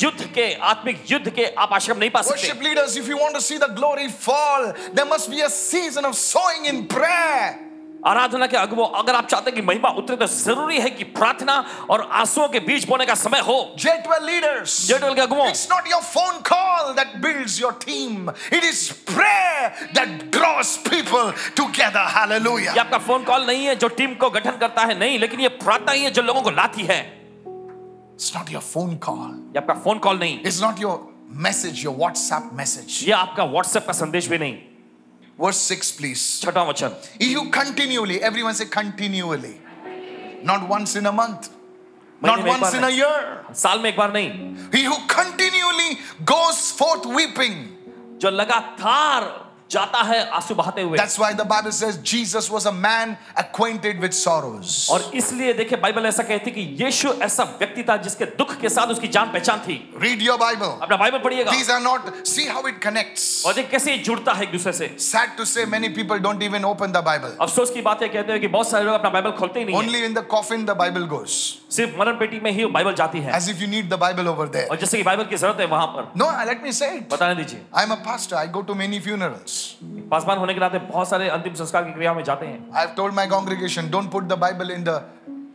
युद्ध के आत्मिक युद्ध के आप आश्रम नहीं पा सकते Worship leaders, if you want to see the glory fall, there must be a season of sowing in prayer. आराधना के अगुवो अगर आप चाहते हैं कि महिमा उतरे तो जरूरी है कि प्रार्थना और आंसुओं के बीच बोने का समय हो J12 leaders, जेटल के अगुवो it's not your phone call that builds your team, it is prayer that draws people together. ये Hallelujah. आपका फोन कॉल नहीं है जो टीम को गठन करता है नहीं लेकिन ये प्रार्थना ही है जो लोगों को लाती है It's not your phone call, ये आपका फोन कॉल नहीं it's not your message, your WhatsApp message. ये आपका व्हाट्सएप का संदेश भी नहीं Verse 6, please. छठा वचन You continually, everyone say continually, not once in a month, not महीने में एक once बार in a नहीं, year. साल में एक बार नहीं He who continually goes forth weeping. जो लगातार जाता है आंसू बहाते हुए That's why the Bible says Jesus was a man acquainted with sorrows. और इसलिए देखिए बाइबल ऐसा कहती है कि यीशु ऐसा व्यक्ति था जिसके दुख के साथ उसकी जान पहचान थी Read your Bible. अपना बाइबल पढ़िएगा These are not, see how it connects. और देखिए कैसे ये जुड़ता है एक दूसरे से Sad to say, many people don't even open the Bible. अफसोस की बात है कहते हैं कि बहुत सारे लोग अपना बाइबल खोलते ही नहीं है Only in the coffin the Bible goes, सिर्फ मरण पेटी में ही बाइबल जाती है as if you need the Bible over there. और जैसे कि बाइबल की जरूरत है वहां पर No, uh, let me say it. बताने दीजिए I'm a pastor, I go to many funerals. Paswan होने के नाते बहुत सारे अंतिम संस्कार की क्रिया में जाते हैं I've told my congregation, don't put the Bible in the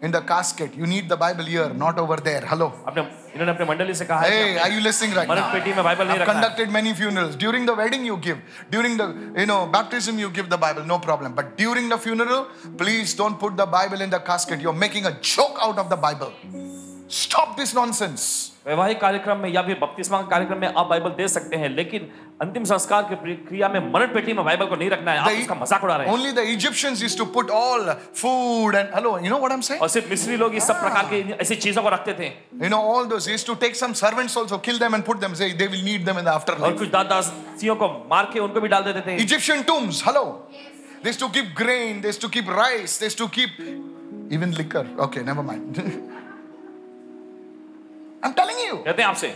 in the casket. You need the Bible here, not over there. Hello. अपने इन्होंने अपने मंडली से कहा है कि Hey, are you listening right मरण now? पेटी में बाइबल नहीं I've रखना है। conducted many funerals. During the wedding, you give. During the you know baptism, you give the Bible, no problem. But during the funeral, please don't put the Bible in the casket. You're making a joke out of the Bible. Stop this nonsense. वैवाहिक कार्यक्रम में या फिर बपतिस्मा के कार्यक्रम में आप बाइबल दे सकते हैं लेकिन अंतिम संस्कार की प्रक्रिया में मरण पेटी में बाइबल को नहीं रखना है आप The- उसका मजाक उड़ा रहे हैं only the Egyptians used to put all food and hello. You know what I'm saying? और सिर्फ मिस्री लोग इस सब प्रकार की ऐसी चीजों को रखते थे You know all those. They used to take some servants also, kill them and put them. Say they will need them in the और afterlife. कुछ दादासियों को मार के उनको भी डाल देते थे Egyptian tombs. Hello. They used to keep grain. They used to keep rice. They used to keep even liquor. Okay, never mind. (laughs) I'm telling you, कहते हैं आपसे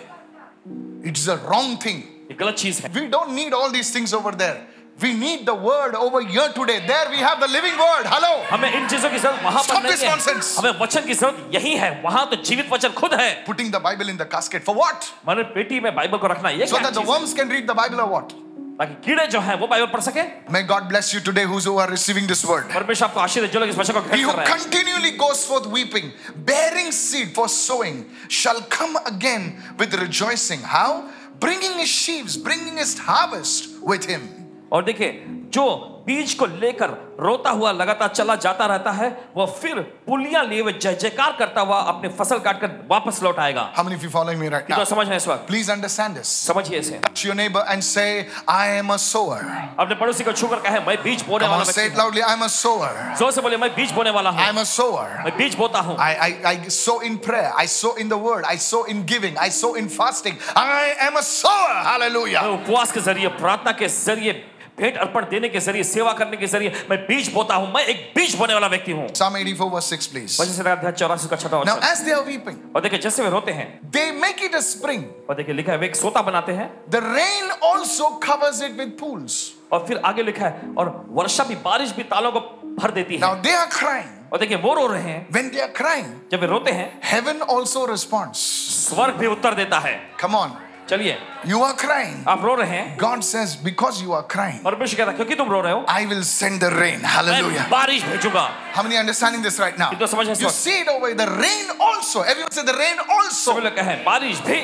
it's the wrong thing. ये गलत चीज है We don't need all these things over there. We need the word over here today. There we have the living word. Hello. हमें इन चीजों की जरूरत वहां पर Stop नहीं this है nonsense. हमें वचन की जरूरत यही है वहां तो जीवित वचन खुद है Putting the Bible in the casket for what? मगर पेटी में बाइबल को रखना ये So क्या that the चीज़ है? worms can read the Bible or what? ताकि कीड़े जो हैं वो बाइबल पढ़ सके May God bless you today, who's who are receiving this word. परमेश्वर आपको आशीर्वाद दे, जो लोग इस वचन को He ग्रहण who कर रहे हैं continually goes forth weeping, bearing seed for sowing, shall come again with rejoicing. How? Bringing his sheaves, bringing his harvest with him. और देखिए जो बीज को लेकर रोता हुआ लगातार चला जाता रहता है वो फिर पुलिया लिए हुए जय जयकार करता हुआ अपने फसल काट कर वापस लौट आएगा How many of you following me right तो now? समझ रहे हैं इस वक्त Please understand this. समझिए इसे To your neighbor and say, I am a sower. अपने पड़ोसी को छूकर कहे मैं बीज बोने Come वाला on, say it व्यक्ति हूँ। loudly. I'm a sower. जोर से बोले मैं बीज बोने वाला हूँ I'm a sower. मैं बीज बोता हूँ I, I, I sow in prayer. I sow in the word. I sow in giving. I sow in fasting. I am a sower. मैं Hallelujah. उपवास के जरिए प्रार्थना के जरिए भेंट अर्पण देने के जरिए सेवा करने के जरिए मैं बीज बोता हूँ मैं एक बीज बोने वाला व्यक्ति हूँ Psalm 84, verse 6, वचन please. से लगा अध्याय चौरासी का छठा Now, वचन as they are weeping, और देखिए जैसे वे रोते हैं they make it a spring. और देखिए लिखा है वे एक सोता बनाते हैं The rain also covers it with pools. और फिर आगे लिखा है और वर्षा भी बारिश भी तालों को भर देती है Now they are crying. और देखिए वो रो रहे हैं When they are crying, जब वे रोते हैं heaven also responds. स्वर्ग भी उत्तर देता है Come on, चलिए you are crying. आप रो रहे हैं God says, Because you are crying, परमेश्वर कहता है क्योंकि तुम रो रहे हो I will send the rain. मैं Hallelujah. बारिश भेजूंगा How many are understanding this right now? कितना समझ है इस You वक्त? see it over here. The rain also. Everyone say, The rain सभी also. तो लोग कहे बारिश भी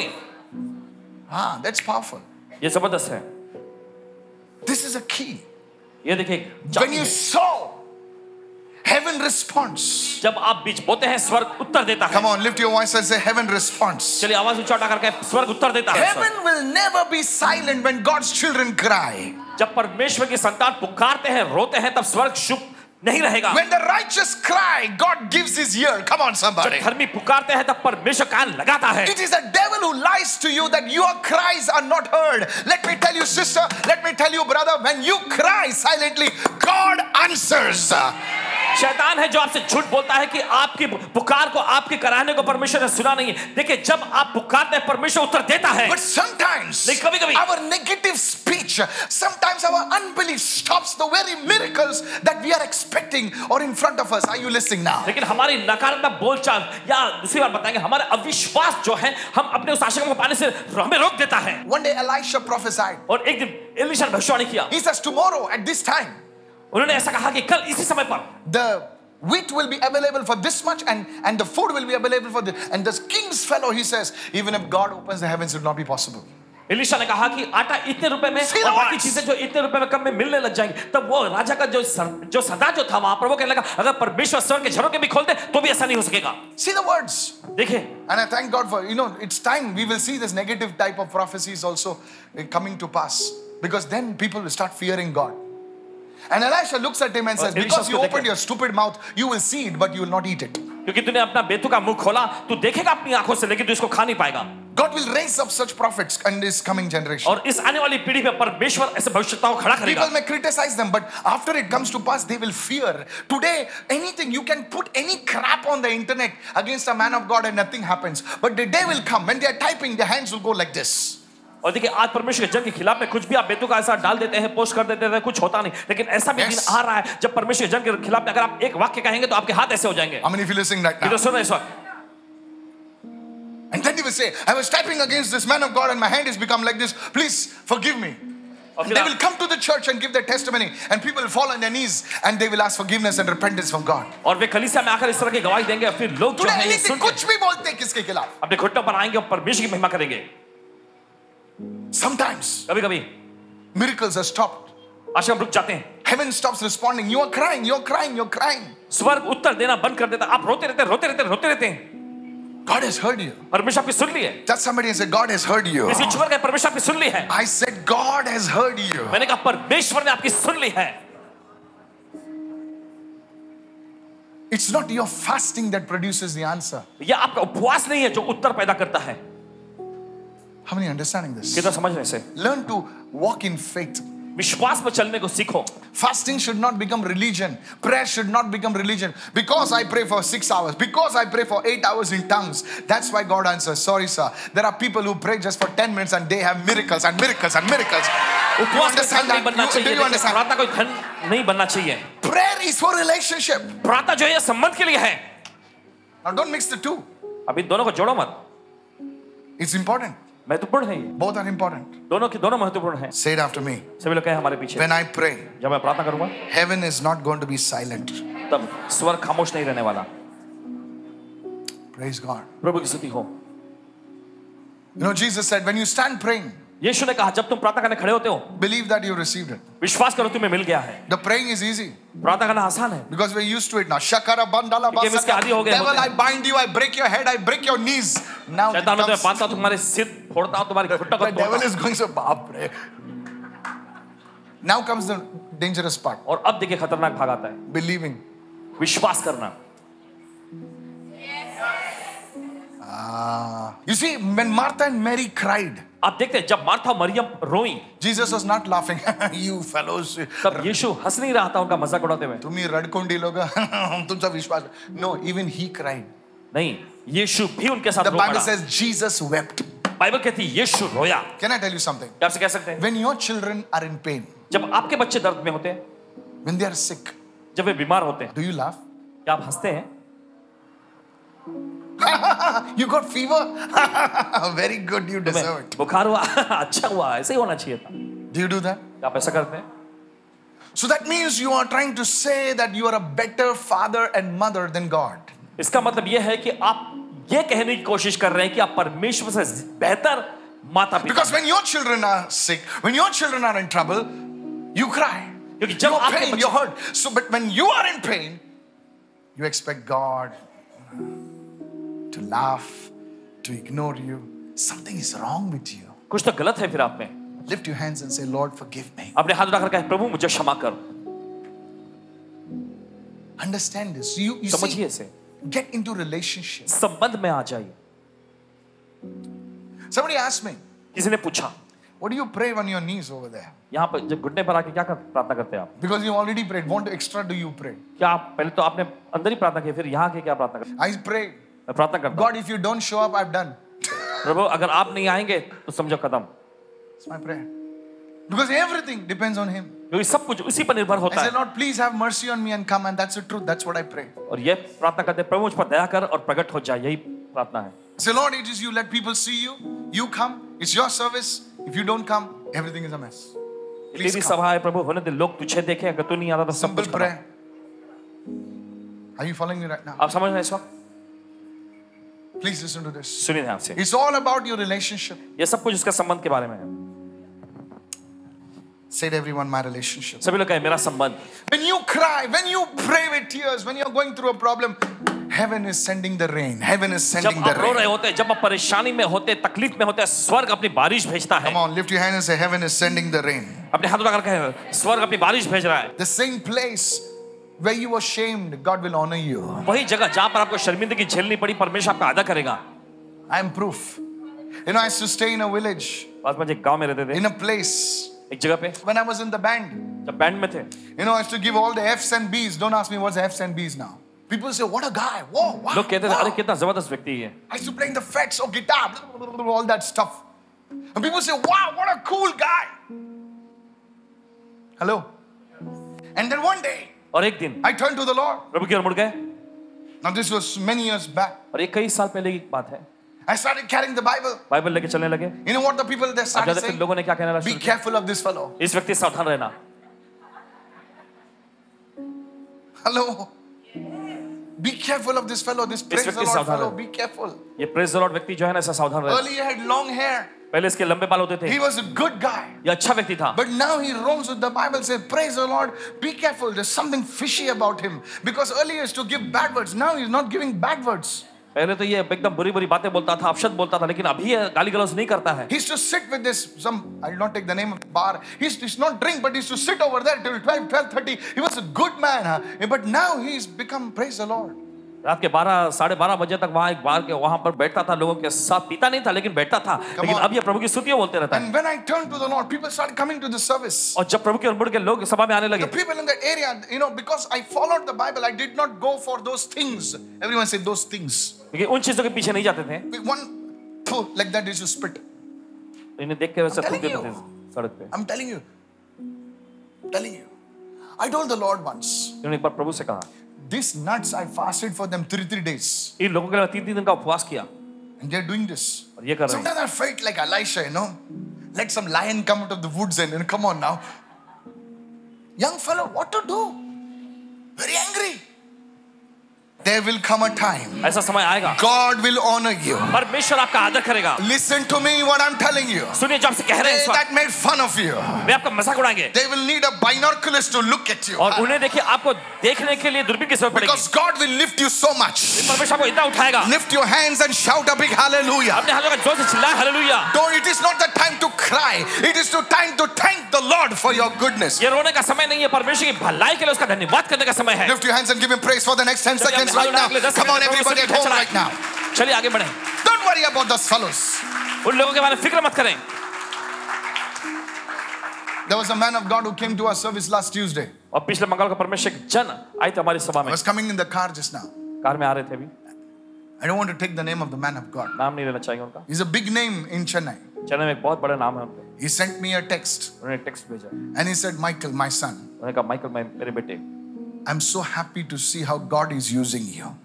Ah, that's powerful. ये जबरदस्त है This is a key. ये देखिए एक When चाबी you है। sow, heaven responds. जब आप बीज बोते हैं स्वर्ग उत्तर देता है Come on, lift your voice and say, Heaven responds. चलिए आवाज ऊंचा उठा करके स्वर्ग उत्तर देता है Heaven will never be silent when God's children cry. जब परमेश्वर की संतान पुकारते हैं रोते हैं तब स्वर्ग शुभ नहीं रहेगा When the righteous cry, God gives his ear. Come on, somebody. जब धर्मी पुकारते हैं तब परमेश्वर कान लगाता है It is the devil who lies to you that your cries are not heard. Let me tell you, sister, let me tell you, brother, when you cry silently, God answers. शैतान है जो आपसे झूठ बोलता है कि आपकी पुकार को आपके कराने को परमेश्वर ने सुना नहीं है देखिए जब आप पुकारते हैं परमेश्वर उत्तर देता है But sometimes लेकिन कभी-कभी- our negative speech, sometimes our unbelief stops the very miracles that we are expecting or in front of us. Are you listening now? लेकिन हमारी नकारात्मक बोलचाल या दूसरी बार बताएंगे हमारा अविश्वास जो है हम अपने उस आशा को पाने से हमें रोक देता है One day Elisha prophesied. और एक दिन एलिशा ने भविष्यवाणी किया He says, Tomorrow at this time, उन्होंने ऐसा कहा कि कल इसी समय पर the wheat will be available for this much and, and the food will be available for this. And this king's fellow, he says, even if God opens the heavens, it will not be possible. Elisha ने कहा कि आटा इतने रुपए में See the और बाकी words. चीजें जो इतने रुपए में कम में मिलने लग जाएंगी तब वो राजा का जो सर, जो सदा जो था वहां पर वो कहने लगा अगर परमेश्वर स्वर्ग के झरों के भी खोल दे तो भी ऐसा नहीं हो सकेगा See the words. देखिए And I thank God for, you know, it's time we will see this negative type of prophecies also eh, coming to pass. Because then people will start fearing God. And Elisha looks at him and says, Elisha Because you को देखा। opened your stupid mouth, you will see it, but you will not eat it. क्योंकि तूने अपना बेतु का मुंह खोला तू देखेगा अपनी आंखों से लेकिन तू इसको खा नहीं पाएगा God will raise up such prophets in this coming generation. और इस आने वाली पीढ़ी में परमेश्वर ऐसे भविष्यताओं को खड़ा करेगा People may criticize them, but after it comes to pass, they will fear. Today, anything you can put any crap on the internet against a man of God and nothing happens. But the day will come when they are typing, their hands will go like this. और देखिए आज परमेश्वर के जन के खिलाफ में कुछ भी आप बेतु का ऐसा डाल देते हैं पोस्ट कर देते हैं कुछ होता नहीं लेकिन ऐसा भी Yes. दिन आ रहा है जब परमेश्वर के जन के खिलाफ में अगर आप एक वाक्य कहेंगे तो आपके हाथ ऐसे हो जाएंगे How many of you listening right ये now? तो सुन रहे हैं इस वक्त And then they will say, I was typing against this man of God and my hand has become like this. Please forgive me. और And फिर they आप- will come to the church and give their testimony, and people will fall on their knees and they will ask forgiveness and repentance from God. और वे कलीसिया में आकर इस तरह की गवाही देंगे और फिर लोग जो Today, है ये anything, सुन के कुछ भी बोलते हैं किसके खिलाफ. अपने घुटनों पर आएंगे और परमेश्वर की महिमा करेंगे Sometimes कभी कभी miracles are stopped. आशा हम रुक जाते हैं Heaven stops responding. You are crying, you're crying, you're crying. स्वर्ग उत्तर देना बंद कर देता है। आप रोते रहते हैं, रोते रहते हैं, रोते रहते हैं God has heard you. परमेश्वर आपकी सुन ली है That somebody and say, God has heard you. इसलिए छुपकर गए परमेश्वर आपकी सुन ली है I said, God has heard you. मैंने कहा परमेश्वर ने आपकी सुन ली है It's not your fasting that produces the answer. यह आपका उपवास नहीं है जो उत्तर पैदा करता है How many are understanding this? कितना समझ रहे हैं इसे? Learn to walk in faith. विश्वास में चलने को सीखो Fasting should not become religion. Prayer should not become religion. Because I pray for six hours, because I pray for eight hours in tongues, that's why God answers. Sorry, sir. There are people who pray just for 10 minutes and they have miracles and miracles and miracles. Do you उपवास में understand धन नहीं बनना that? You- Do you चाहिए लेकिन understand? प्रार्थना कोई धन नहीं बनना चाहिए Prayer is for relationship. प्रार्थना जो है ये संबंध के लिए है Now, don't mix the two. अभी दोनों को जोड़ो मत It's important. महत्वपूर्ण है Both are important. दोनों की दोनों महत्वपूर्ण है Say it after me. सभी लोग कहें हमारे पीछे When I pray, जब मैं प्रार्थना करूंगा heaven is not going to be silent. तब स्वर खामोश नहीं रहने वाला Praise God. प्रभु की स्तुति हो You know, Jesus said, when you stand praying, यीशु ने कहा जब तुम प्रार्थना करने खड़े होते हो believe that you received it. विश्वास करो तुम्हें मिल गया है The praying is easy प्रार्थना करना आसान है because we're used to it now. Shakara bandala क्योंकि हम इसके आदी हो basaka. गए Devil, होते I हैं। bind you, I break your head, I break your knees. Now it शैतान मैं तुम्हें comes- बांधता हूं, तुम्हारे सिर फोड़ता हूं तुम्हारे घुटनों को the devil तोड़ता हूं। is going so baapre. Now comes the dangerous part. और अब देखिए खतरनाक भाग आता है Believing. विश्वास करना Ah. You see, when Martha and Mary cried, आप देखते हैं जब मार्था और मरियम रोई Jesus was not laughing. (laughs) you fellows, तब यीशु हंस नहीं रहा था उनका मजाक उड़ाते हुए तुम्ही रडकोंडी लोक (laughs) हम तुमचा विश्वास नो इवन ही क्राइड नहीं यीशु भी उनके साथ द रो बाइबल पड़ा। सेज जीसस वेप्ट बाइबल कहती है यीशु रोया क्या can I tell you something आपसे कह सकते हैं when your children are in pain जब आपके बच्चे दर्द में होते हैं व्हेन दे आर सिक जब वे बीमार होते हैं डू यू लाफ क्या आप हंसते हैं you got (laughs) fever very good you deserve तुम्हें बुखार हुआ (laughs) अच्छा हुआ ऐसे ही होना चाहिए था क्या it do you do that आप ऐसा करते हैं so that means you are trying to say that you are a better father and mother than God इसका मतलब यह है कि आप ये कहने की कोशिश कर रहे हैं कि आप परमेश्वर से बेहतर माता पिता because when your children are sick when your children are in trouble you cry क्योंकि जब आपके pain, you're बच्चे hurt. So, but when you are in pain, you expect God uh, to laugh, to ignore you. Something is wrong with you. कुछ तो गलत है फिर आप में Lift your hands and say, Lord, forgive me. अपने हाथ उठाकर कहे प्रभु मुझे क्षमा कर Understand this. You, you समझिए see, इसे get into relationship. संबंध में आ जाइए Somebody asked me, किसी ने पूछा What do you pray on your knees over there? यहाँ पर जब घुटने पर आके क्या कर प्रार्थना करते हैं आप Because you already prayed. What extra do you pray? क्या आप पहले तो आपने अंदर ही प्रार्थना की फिर यहाँ आके क्या प्रार्थना करते I pray, हैं? मैं प्रार्थना करता हूँ God, if you don't show up, I've done. प्रभु अगर आप नहीं आएंगे तो समझो खत्म It's my prayer. Because everything depends on Him. क्योंकि सब कुछ उसी पर निर्भर होता I say, है Lord, please have mercy on me and come. And that's the truth. That's what I pray. और ये प्रार्थना करते हैं, प्रभु मुझ पर दया कर और प्रकट हो जाए यही प्रार्थना है Say, Lord, it is you. Let people see you. You come. It's your service. If you don't come, everything is a mess. Please तेरी come. सभा है प्रभु होने दे लोग तुझे देखें अगर तू नहीं आता तो सब Simple कुछ खत्म। prayer. Are you following me right now? आप समझ रहे हैं इसको Please listen to this. सुनिए ध्यान से It's all about your relationship. ये सब कुछ उसका संबंध के बारे में है Say to everyone, my relationship. सभी लोग कहें मेरा संबंध When you cry, when you pray with tears, when you're going through a problem, heaven is sending the rain. Heaven is sending जब the आप रो रहे rain. होते हैं जब आप परेशानी में होते हैं, तकलीफ में होते हैं, स्वर्ग अपनी बारिश भेजता है Come on, lift your hand and say, Heaven is sending the rain. अपने हाथ उठाकर कहे स्वर्ग अपनी बारिश भेज रहा है The same place where you were shamed, God will honor you. वही जगह जहां पर आपको शर्मिंदगी झेलनी पड़ी परमेश्वर आपका आदा करेगा I'm proof. You know, I used to stay in a village, बाद में जी गांव में रहते थे in a place. एक जगह पे When I was in the band, जब बैंड में थे you know, I used to give all the F's and B's. Don't ask me what's F's and B's now. People say, What a guy. Whoa, wow. लोग कहते थे wow." अरे कितना जबरदस्त व्यक्ति है I used to play in the frets or guitar, blah, blah, blah, blah, all that stuff. And people say, wow, what a cool guy. Hello? And then one day, और एक दिन I turned to the Lord. प्रभु की ओर मुड़ गए Now, this was many years back. और ये कई साल पहले की बात है I started carrying the Bible. Bible लेके चलने लगे You know what the people they अब started ज्यादातर saying? लोगों ने क्या कहना लगा Be शुरू किया? careful of this fellow. (laughs) इस व्यक्ति से सावधान रहना Hello? Be careful of this fellow, this praise the व्यक्ति Lord सावधान fellow. रहो। Be careful. ये प्रेज लॉर्ड व्यक्ति जो है ना ऐसा सावधान रहना Earlier, he had long hair. पहले इसके लंबे बाल होते थे He was a good guy. ये अच्छा व्यक्ति था But now he roams with the Bible, says, Praise the Lord, be careful. There's something fishy about him. Because earlier is to give bad words. Now he's not giving bad words. पहले तो ये एकदम बुरी बुरी बातें बोलता था अपशब्द बोलता था लेकिन अभी ये गाली गलौज नहीं करता है He used to sit with this, some, I'll not take the name of the bar. He used to he's not drink, but he used to sit over there till 12, 12, 30. He was a good man. huh? But now he's become, praise the Lord. रात के बारह साढ़े बारह बजे तक वहाँ एक बार के वहाँ पर बैठता था लोगों के साथ पीता नहीं था लेकिन बैठता था लेकिन on. अब ये प्रभु की स्तुतियां बोलते रहता है And when I turned to the Lord, people started coming to the service. और जब प्रभु की ओर मुड़ के लोग सभा में आने लगे The people in that area, you know, because I followed the Bible, I did not go for those things. Everyone said those things. क्योंकि उन चीजों के पीछे नहीं जाते थे One, phew, like that is to spit. तो इन्हें देख के वैसे telling थूकते you. थे सड़क पे I'm telling you. Telling you. I told the Lord once, इन्होंने एक बार प्रभु से कहा these nuts I fasted for them three, three days. इन लोगों के लिए तीन तीन दिन का उपवास किया And they're doing this. और ये कर रहे हैं Sometimes I felt like Elisha, you know. Let some lion come out of the woods and, and come on now. Young fellow, what to do? Very angry. There will come a time. ऐसा समय आएगा God will honor you. परमेश्वर आपका आदर करेगा Listen to me what I'm telling you. सुनिए जो आपसे कह रहे They हैं इस वक्त that made fun of you. वे आपका मजाक उड़ाएंगे They will need a binoculars to look at you. और उन्हें देखिए आपको देखने के लिए दूरबीन की जरूरत पड़ेगी Because God will lift you so much. परमेश्वर आपको इतना उठाएगा Lift your hands and shout a big hallelujah. अपने हाथों का जोर से चिल्लाए hallelujah Don't, it is not the time to cry. It is the time to thank the Lord for your goodness. ये रोने का समय नहीं है परमेश्वर की भलाई के लिए उसका धन्यवाद करने का समय है Lift your hands and give him praise for the next 10 seconds right now. Come on, everybody at home right now. चलिए आगे बढ़े Don't worry about those fellows. उन लोगों के बारे में फिक्र मत करें There was a man of God who came to our service last Tuesday. और पिछले मंगल का परमेश्वर के जन आए थे हमारी सभा I में was coming in the car just now. Car में आ रहे थे अभी I don't want to take the name of the man of God. नाम नहीं लेना चाहिए उनका He's a big name in Chennai. Chennai में एक बहुत बड़ा नाम है उनका He sent me a text उन्होंने टेक्स्ट भेजा उन्होंने and he said, Michael, my son, कहा माइकल मैं मेरे बेटे I'm so happy to see how God is using you.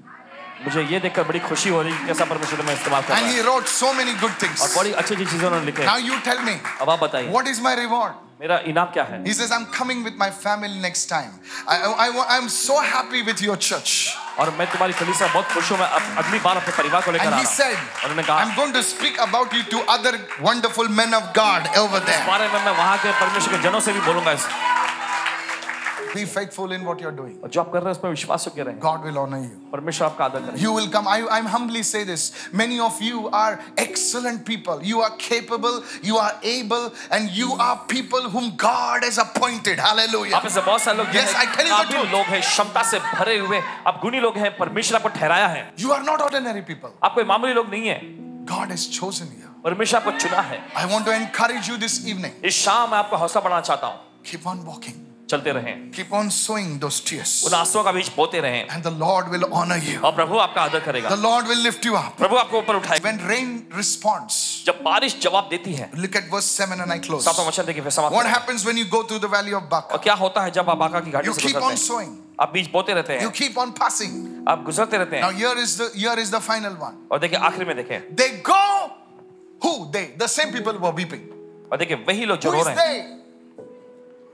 मुझे ये देखकर बड़ी खुशी हो रही है कि कैसा परमेश्वर मैं इस्तेमाल कर रहा And है he wrote so many good और things. बड़ी अच्छी अच्छी चीजें उन्होंने लिखे Now you tell me, अब आप बताइए what is my reward? मेरा इनाम क्या है He says, I'm coming with my family next time. I, am so happy with your church. और मैं तुम्हारी कलीसिया बहुत खुश हूँ मैं अब अगली बार अपने परिवार को लेकर And आ he रहा said, हूँ और उन्होंने कहा I'm going to speak about you to other wonderful men of God over इस there. बारे में मैं वहाँ के परमेश्वर के जनों से भी बोलूंगा इस Be faithful in what you're doing. और जो आप कर रहे हैं उसमें विश्वास योग्य रहें God will honor you. परमेश्वर आपका आदर करें You will come. I, I'm humbly say this. Many of you are excellent people. You are capable, you are able, and you are people whom God has appointed. Hallelujah. आप में से बहुत सारे लोग जो Yes, I tell हैं, you the काबिल truth. लोग हैं क्षमता से भरे हुए आप गुणी लोग हैं परमेश्वर आपको ठहराया है You are not ordinary people. आप कोई मामूली लोग नहीं है God has chosen you. परमेश्वर आपको चुना है I want to encourage you this evening. इस शाम मैं आपका हौसला बढ़ाना चाहता हूँ Keep on walking, चलते रहें keep on sowing those उन tears, आंसुओं का बीज बोते रहें and the Lord will honor you. और प्रभु आपका आदर The करेगा Lord will lift you up. प्रभु आपको ऊपर उठाएगा When rain responds, जब बारिश जवाब देती है look at verse 7 and I close. सातवां वचन देखिए फिर समाप्त What करें। happens when you go through the valley of और Baca? क्या होता है जब आप बाका की घाटी You से keep गुजरते on हैं sowing, आप बीज बोते रहते you हैं keep on passing. आप गुजरते रहते Now हैं here is the here is the final one. और देखिए आखिर में देखें They go. Who? They. The same people were weeping. और देखिए वही लोग जो Who रो is रहे हैं they?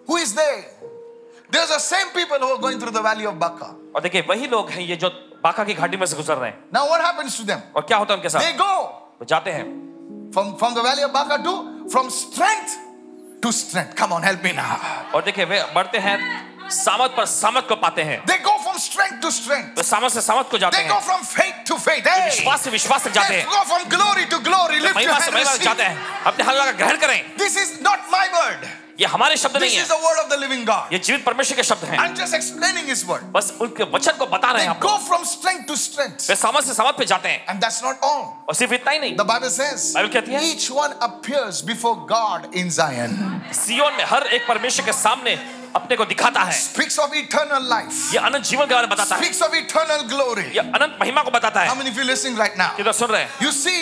Who is they? There's the same people who are going through the valley of Baca. और देखिए वही लोग हैं ये जो बाका की घाटी में से गुजर रहे हैं Now what happens to them? और क्या होता है उनके साथ They go वो जाते हैं from, from the valley of Baca to from strength to strength. Come on, help me now. और देखिए वे बढ़ते हैं सामत पर सामत को पाते हैं They go from strength to strength. वे सामत से सामत को जाते They go हैं from faith to faith. Hey! विश्वास से विश्वास तक जाते They हैं go from glory to glory. Lift your महिमा से hand and महिमा तक जाते receive. हैं अपने हल्ला का ग्रहण करें This is not my word. ये हमारे शब्द This नहीं is है the word of the living God. ये जीवित परमेश्वर के शब्द हैं I'm just explaining his word. बस उनके वचन को बता रहे They हैं आपको go from strength to strength. वे सामत से सामत पे जाते हैं And that's not all. और सिर्फ इतना ही नहीं The Bible says बाइबल कहती है each one appears before God in Zion. सियोन में हर एक परमेश्वर के सामने अपने को दिखाता है Speaks of eternal life. ये अनंत जीवन के बारे में बताता है Speaks of eternal glory. ये अनंत महिमा को बताता How है many of you listening right now? ये तो सुन रहे हैं You see,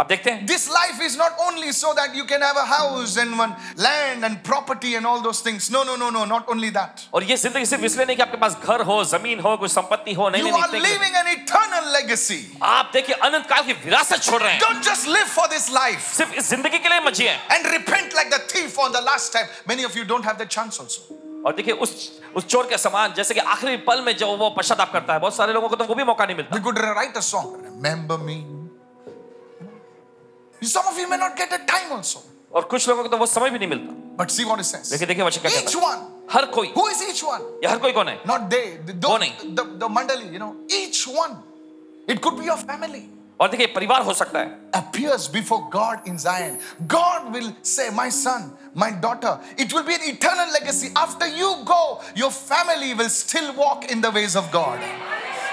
आप देखते हैं this life is not only so that you can have a house and one land and property and all those things. No, no, no, no, not only that. और ये जिंदगी सिर्फ इसलिए नहीं कि आपके पास घर हो जमीन हो कोई संपत्ति हो नहीं You नहीं, are नहीं leaving नहीं। an eternal legacy. आप देखिए अनंत काल की विरासत छोड़ रहे हैं Don't just live for this life सिर्फ इस जिंदगी के लिए मचिए and repent like the thief on the last time. Many of you don't have the chance also. और देखिए उस उस चोर के समान जैसे कि आखिरी पल में जो वो पश्चाताप करता है बहुत सारे लोगों को तो वो भी मौका नहीं मिलता We could write a song. Remember me. Some of you may not get a time also. और कुछ लोगों को तो वो समय भी नहीं मिलता But see what it says. देखिए देखिए वचन क्या कहता Each है one. हर कोई Who is each one? या हर कोई कौन है Not they. The, the, Morning. the, the mandali, you know. Each one. It could be your family. और देखिए परिवार हो सकता है Appears before God in Zion. God will say, My son, my daughter, it will be an eternal legacy. After you go, your family will still walk in the ways of God.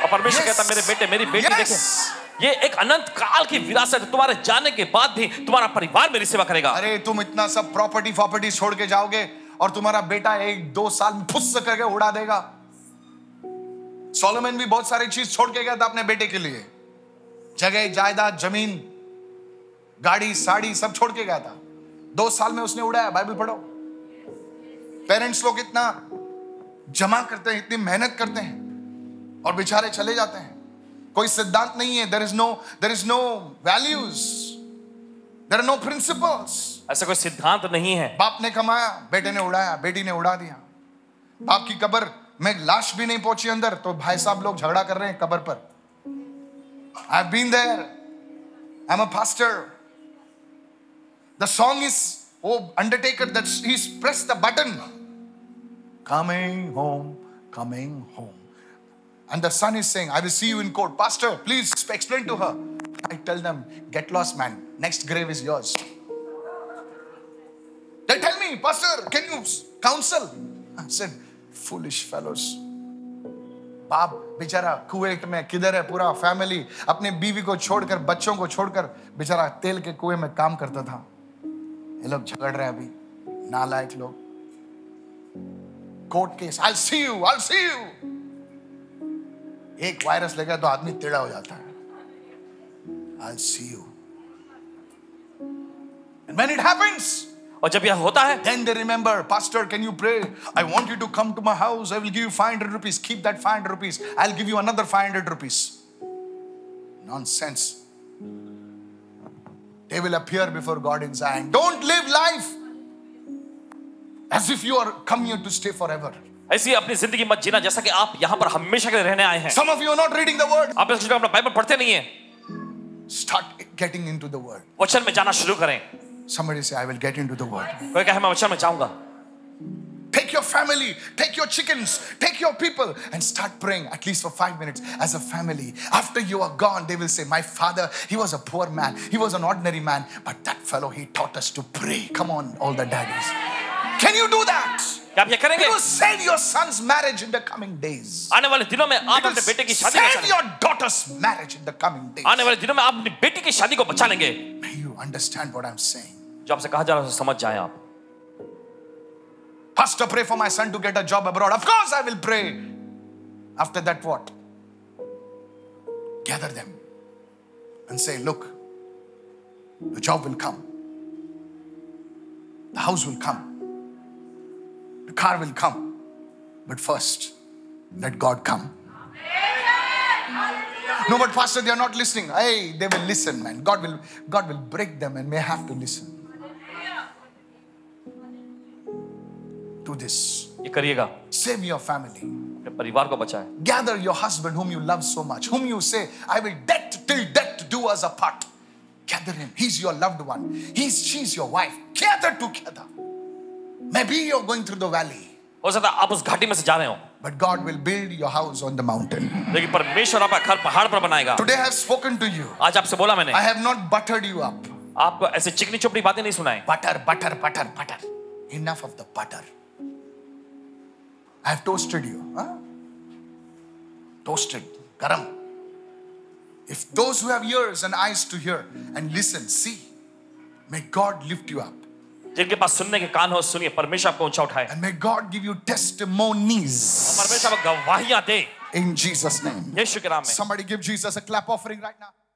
और परमेश्वर Yes. कहता है मेरे बेटे मेरी बेटी Yes. देखे ये एक अनंत काल की विरासत है तुम्हारे जाने के बाद भी तुम्हारा परिवार मेरी सेवा करेगा अरे तुम इतना सब प्रॉपर्टी प्रॉपर्टी छोड़ के जाओगे और तुम्हारा बेटा एक दो साल में फुस करके उड़ा देगा सोलोमन भी बहुत सारी चीज छोड़ के गया था अपने बेटे के लिए जगह जायदाद जमीन गाड़ी साड़ी सब छोड़ के गया था दो साल में उसने उड़ाया बाइबल पढ़ो पेरेंट्स लोग इतना जमा करते हैं इतनी मेहनत करते हैं और बेचारे चले जाते हैं कोई सिद्धांत नहीं है there is no there is no values there are no principles ऐसा कोई सिद्धांत नहीं है बाप ने कमाया बेटे ने उड़ाया बेटी ने उड़ा दिया बाप की कब्र में लाश भी नहीं पहुंची अंदर तो भाई साहब लोग झगड़ा कर रहे हैं कब्र पर I been there I am a pastor the song is O undertaker that he press the button coming home coming home And the son is saying, I will see you in court. Pastor, please explain to her. I tell them, get lost, man. Next grave is yours. They tell me, Pastor, can you counsel? I said, foolish fellows. बाप बेचारा कुएट में किधर है पूरा family अपने बीवी को छोड़कर बच्चों को छोड़कर बेचारा तेल के कुएं में काम करता था ये लोग झगड़ रहे हैं अभी नालायक लोग court case I see you I see you एक वायरस लगा तो आदमी टेढ़ा हो जाता है I see you And when it happens, और जब यह होता है then they remember, Pastor, can you pray? I want you to come to my house. I will give you 500 rupees. Keep that 500 rupees. I'll give you another 500 rupees. Nonsense. They will appear before God in Zion. Don't live life as if you are come here to stay forever. ऐसी अपनी जिंदगी मत जीना जैसा कि आप यहाँ पर हमेशा के लिए रहने आए हैं Some of you are not reading the word. आप इस अपना बाइबल पढ़ते नहीं है Start getting into the word. वचन में जाना शुरू करें Somebody say, I will get into the word. कोई कहे मैं वचन में जाऊंगा Take your family, take your chickens, take your people, and start praying at least for five minutes as a family. After you are gone, they will say, My father, he was a poor man, he was an ordinary man, but that fellow, he taught us to pray. Come on, all the daddies. Can you do that? क्या आप ये It करेंगे will save your son's marriage in the coming days. आने वाले दिनों में It आप will अपने बेटे की शादी save बचा लेंगे your daughter's marriage in the coming days. आने वाले दिनों में आप अपनी बेटी की शादी को बचा लेंगे May you understand what I'm saying. जो आपसे कहा जा रहा है उसे समझ जाए आप Pastor, pray for my son to get a job abroad. Of course, I will pray. After that, what? Gather them and say, Look, the job will come, the house will come, the car will come. But first, let God come. No, but Pastor, they are not listening. Hey, they will listen, man. God will, God will break them and may have to listen. Do this. ये करिएगा Save your family. अपने परिवार को बचाए Gather your husband whom you love so much, whom you say, I will death till death do us apart. Gather him. He's your loved one. He's she's your wife. Gather together. Maybe you're going through the valley, हो सकता है आप उस घाटी में से जा रहे हो but God will build your house on the mountain. लेकिन परमेश्वर आपका घर पहाड़ पर बनाएगा Today I have spoken to you. आज आपसे बोला मैंने I have not buttered you up. आपको ऐसे चिकनी चुपड़ी बातें नहीं सुनाई Butter, butter, butter, butter. Enough of the butter. I have toasted you. Huh? Toasted, garam. If those who have ears and eyes to hear and listen, see, may God lift you up जिनके पास सुनने के कान हो सुनिए परमेश्वर आपको ऊंचा उठाए और and may God give you testimonies परमेश्वर आपको गवाहियां दे in Jesus' name. यीशु के नाम में Somebody give Jesus a clap offering right now.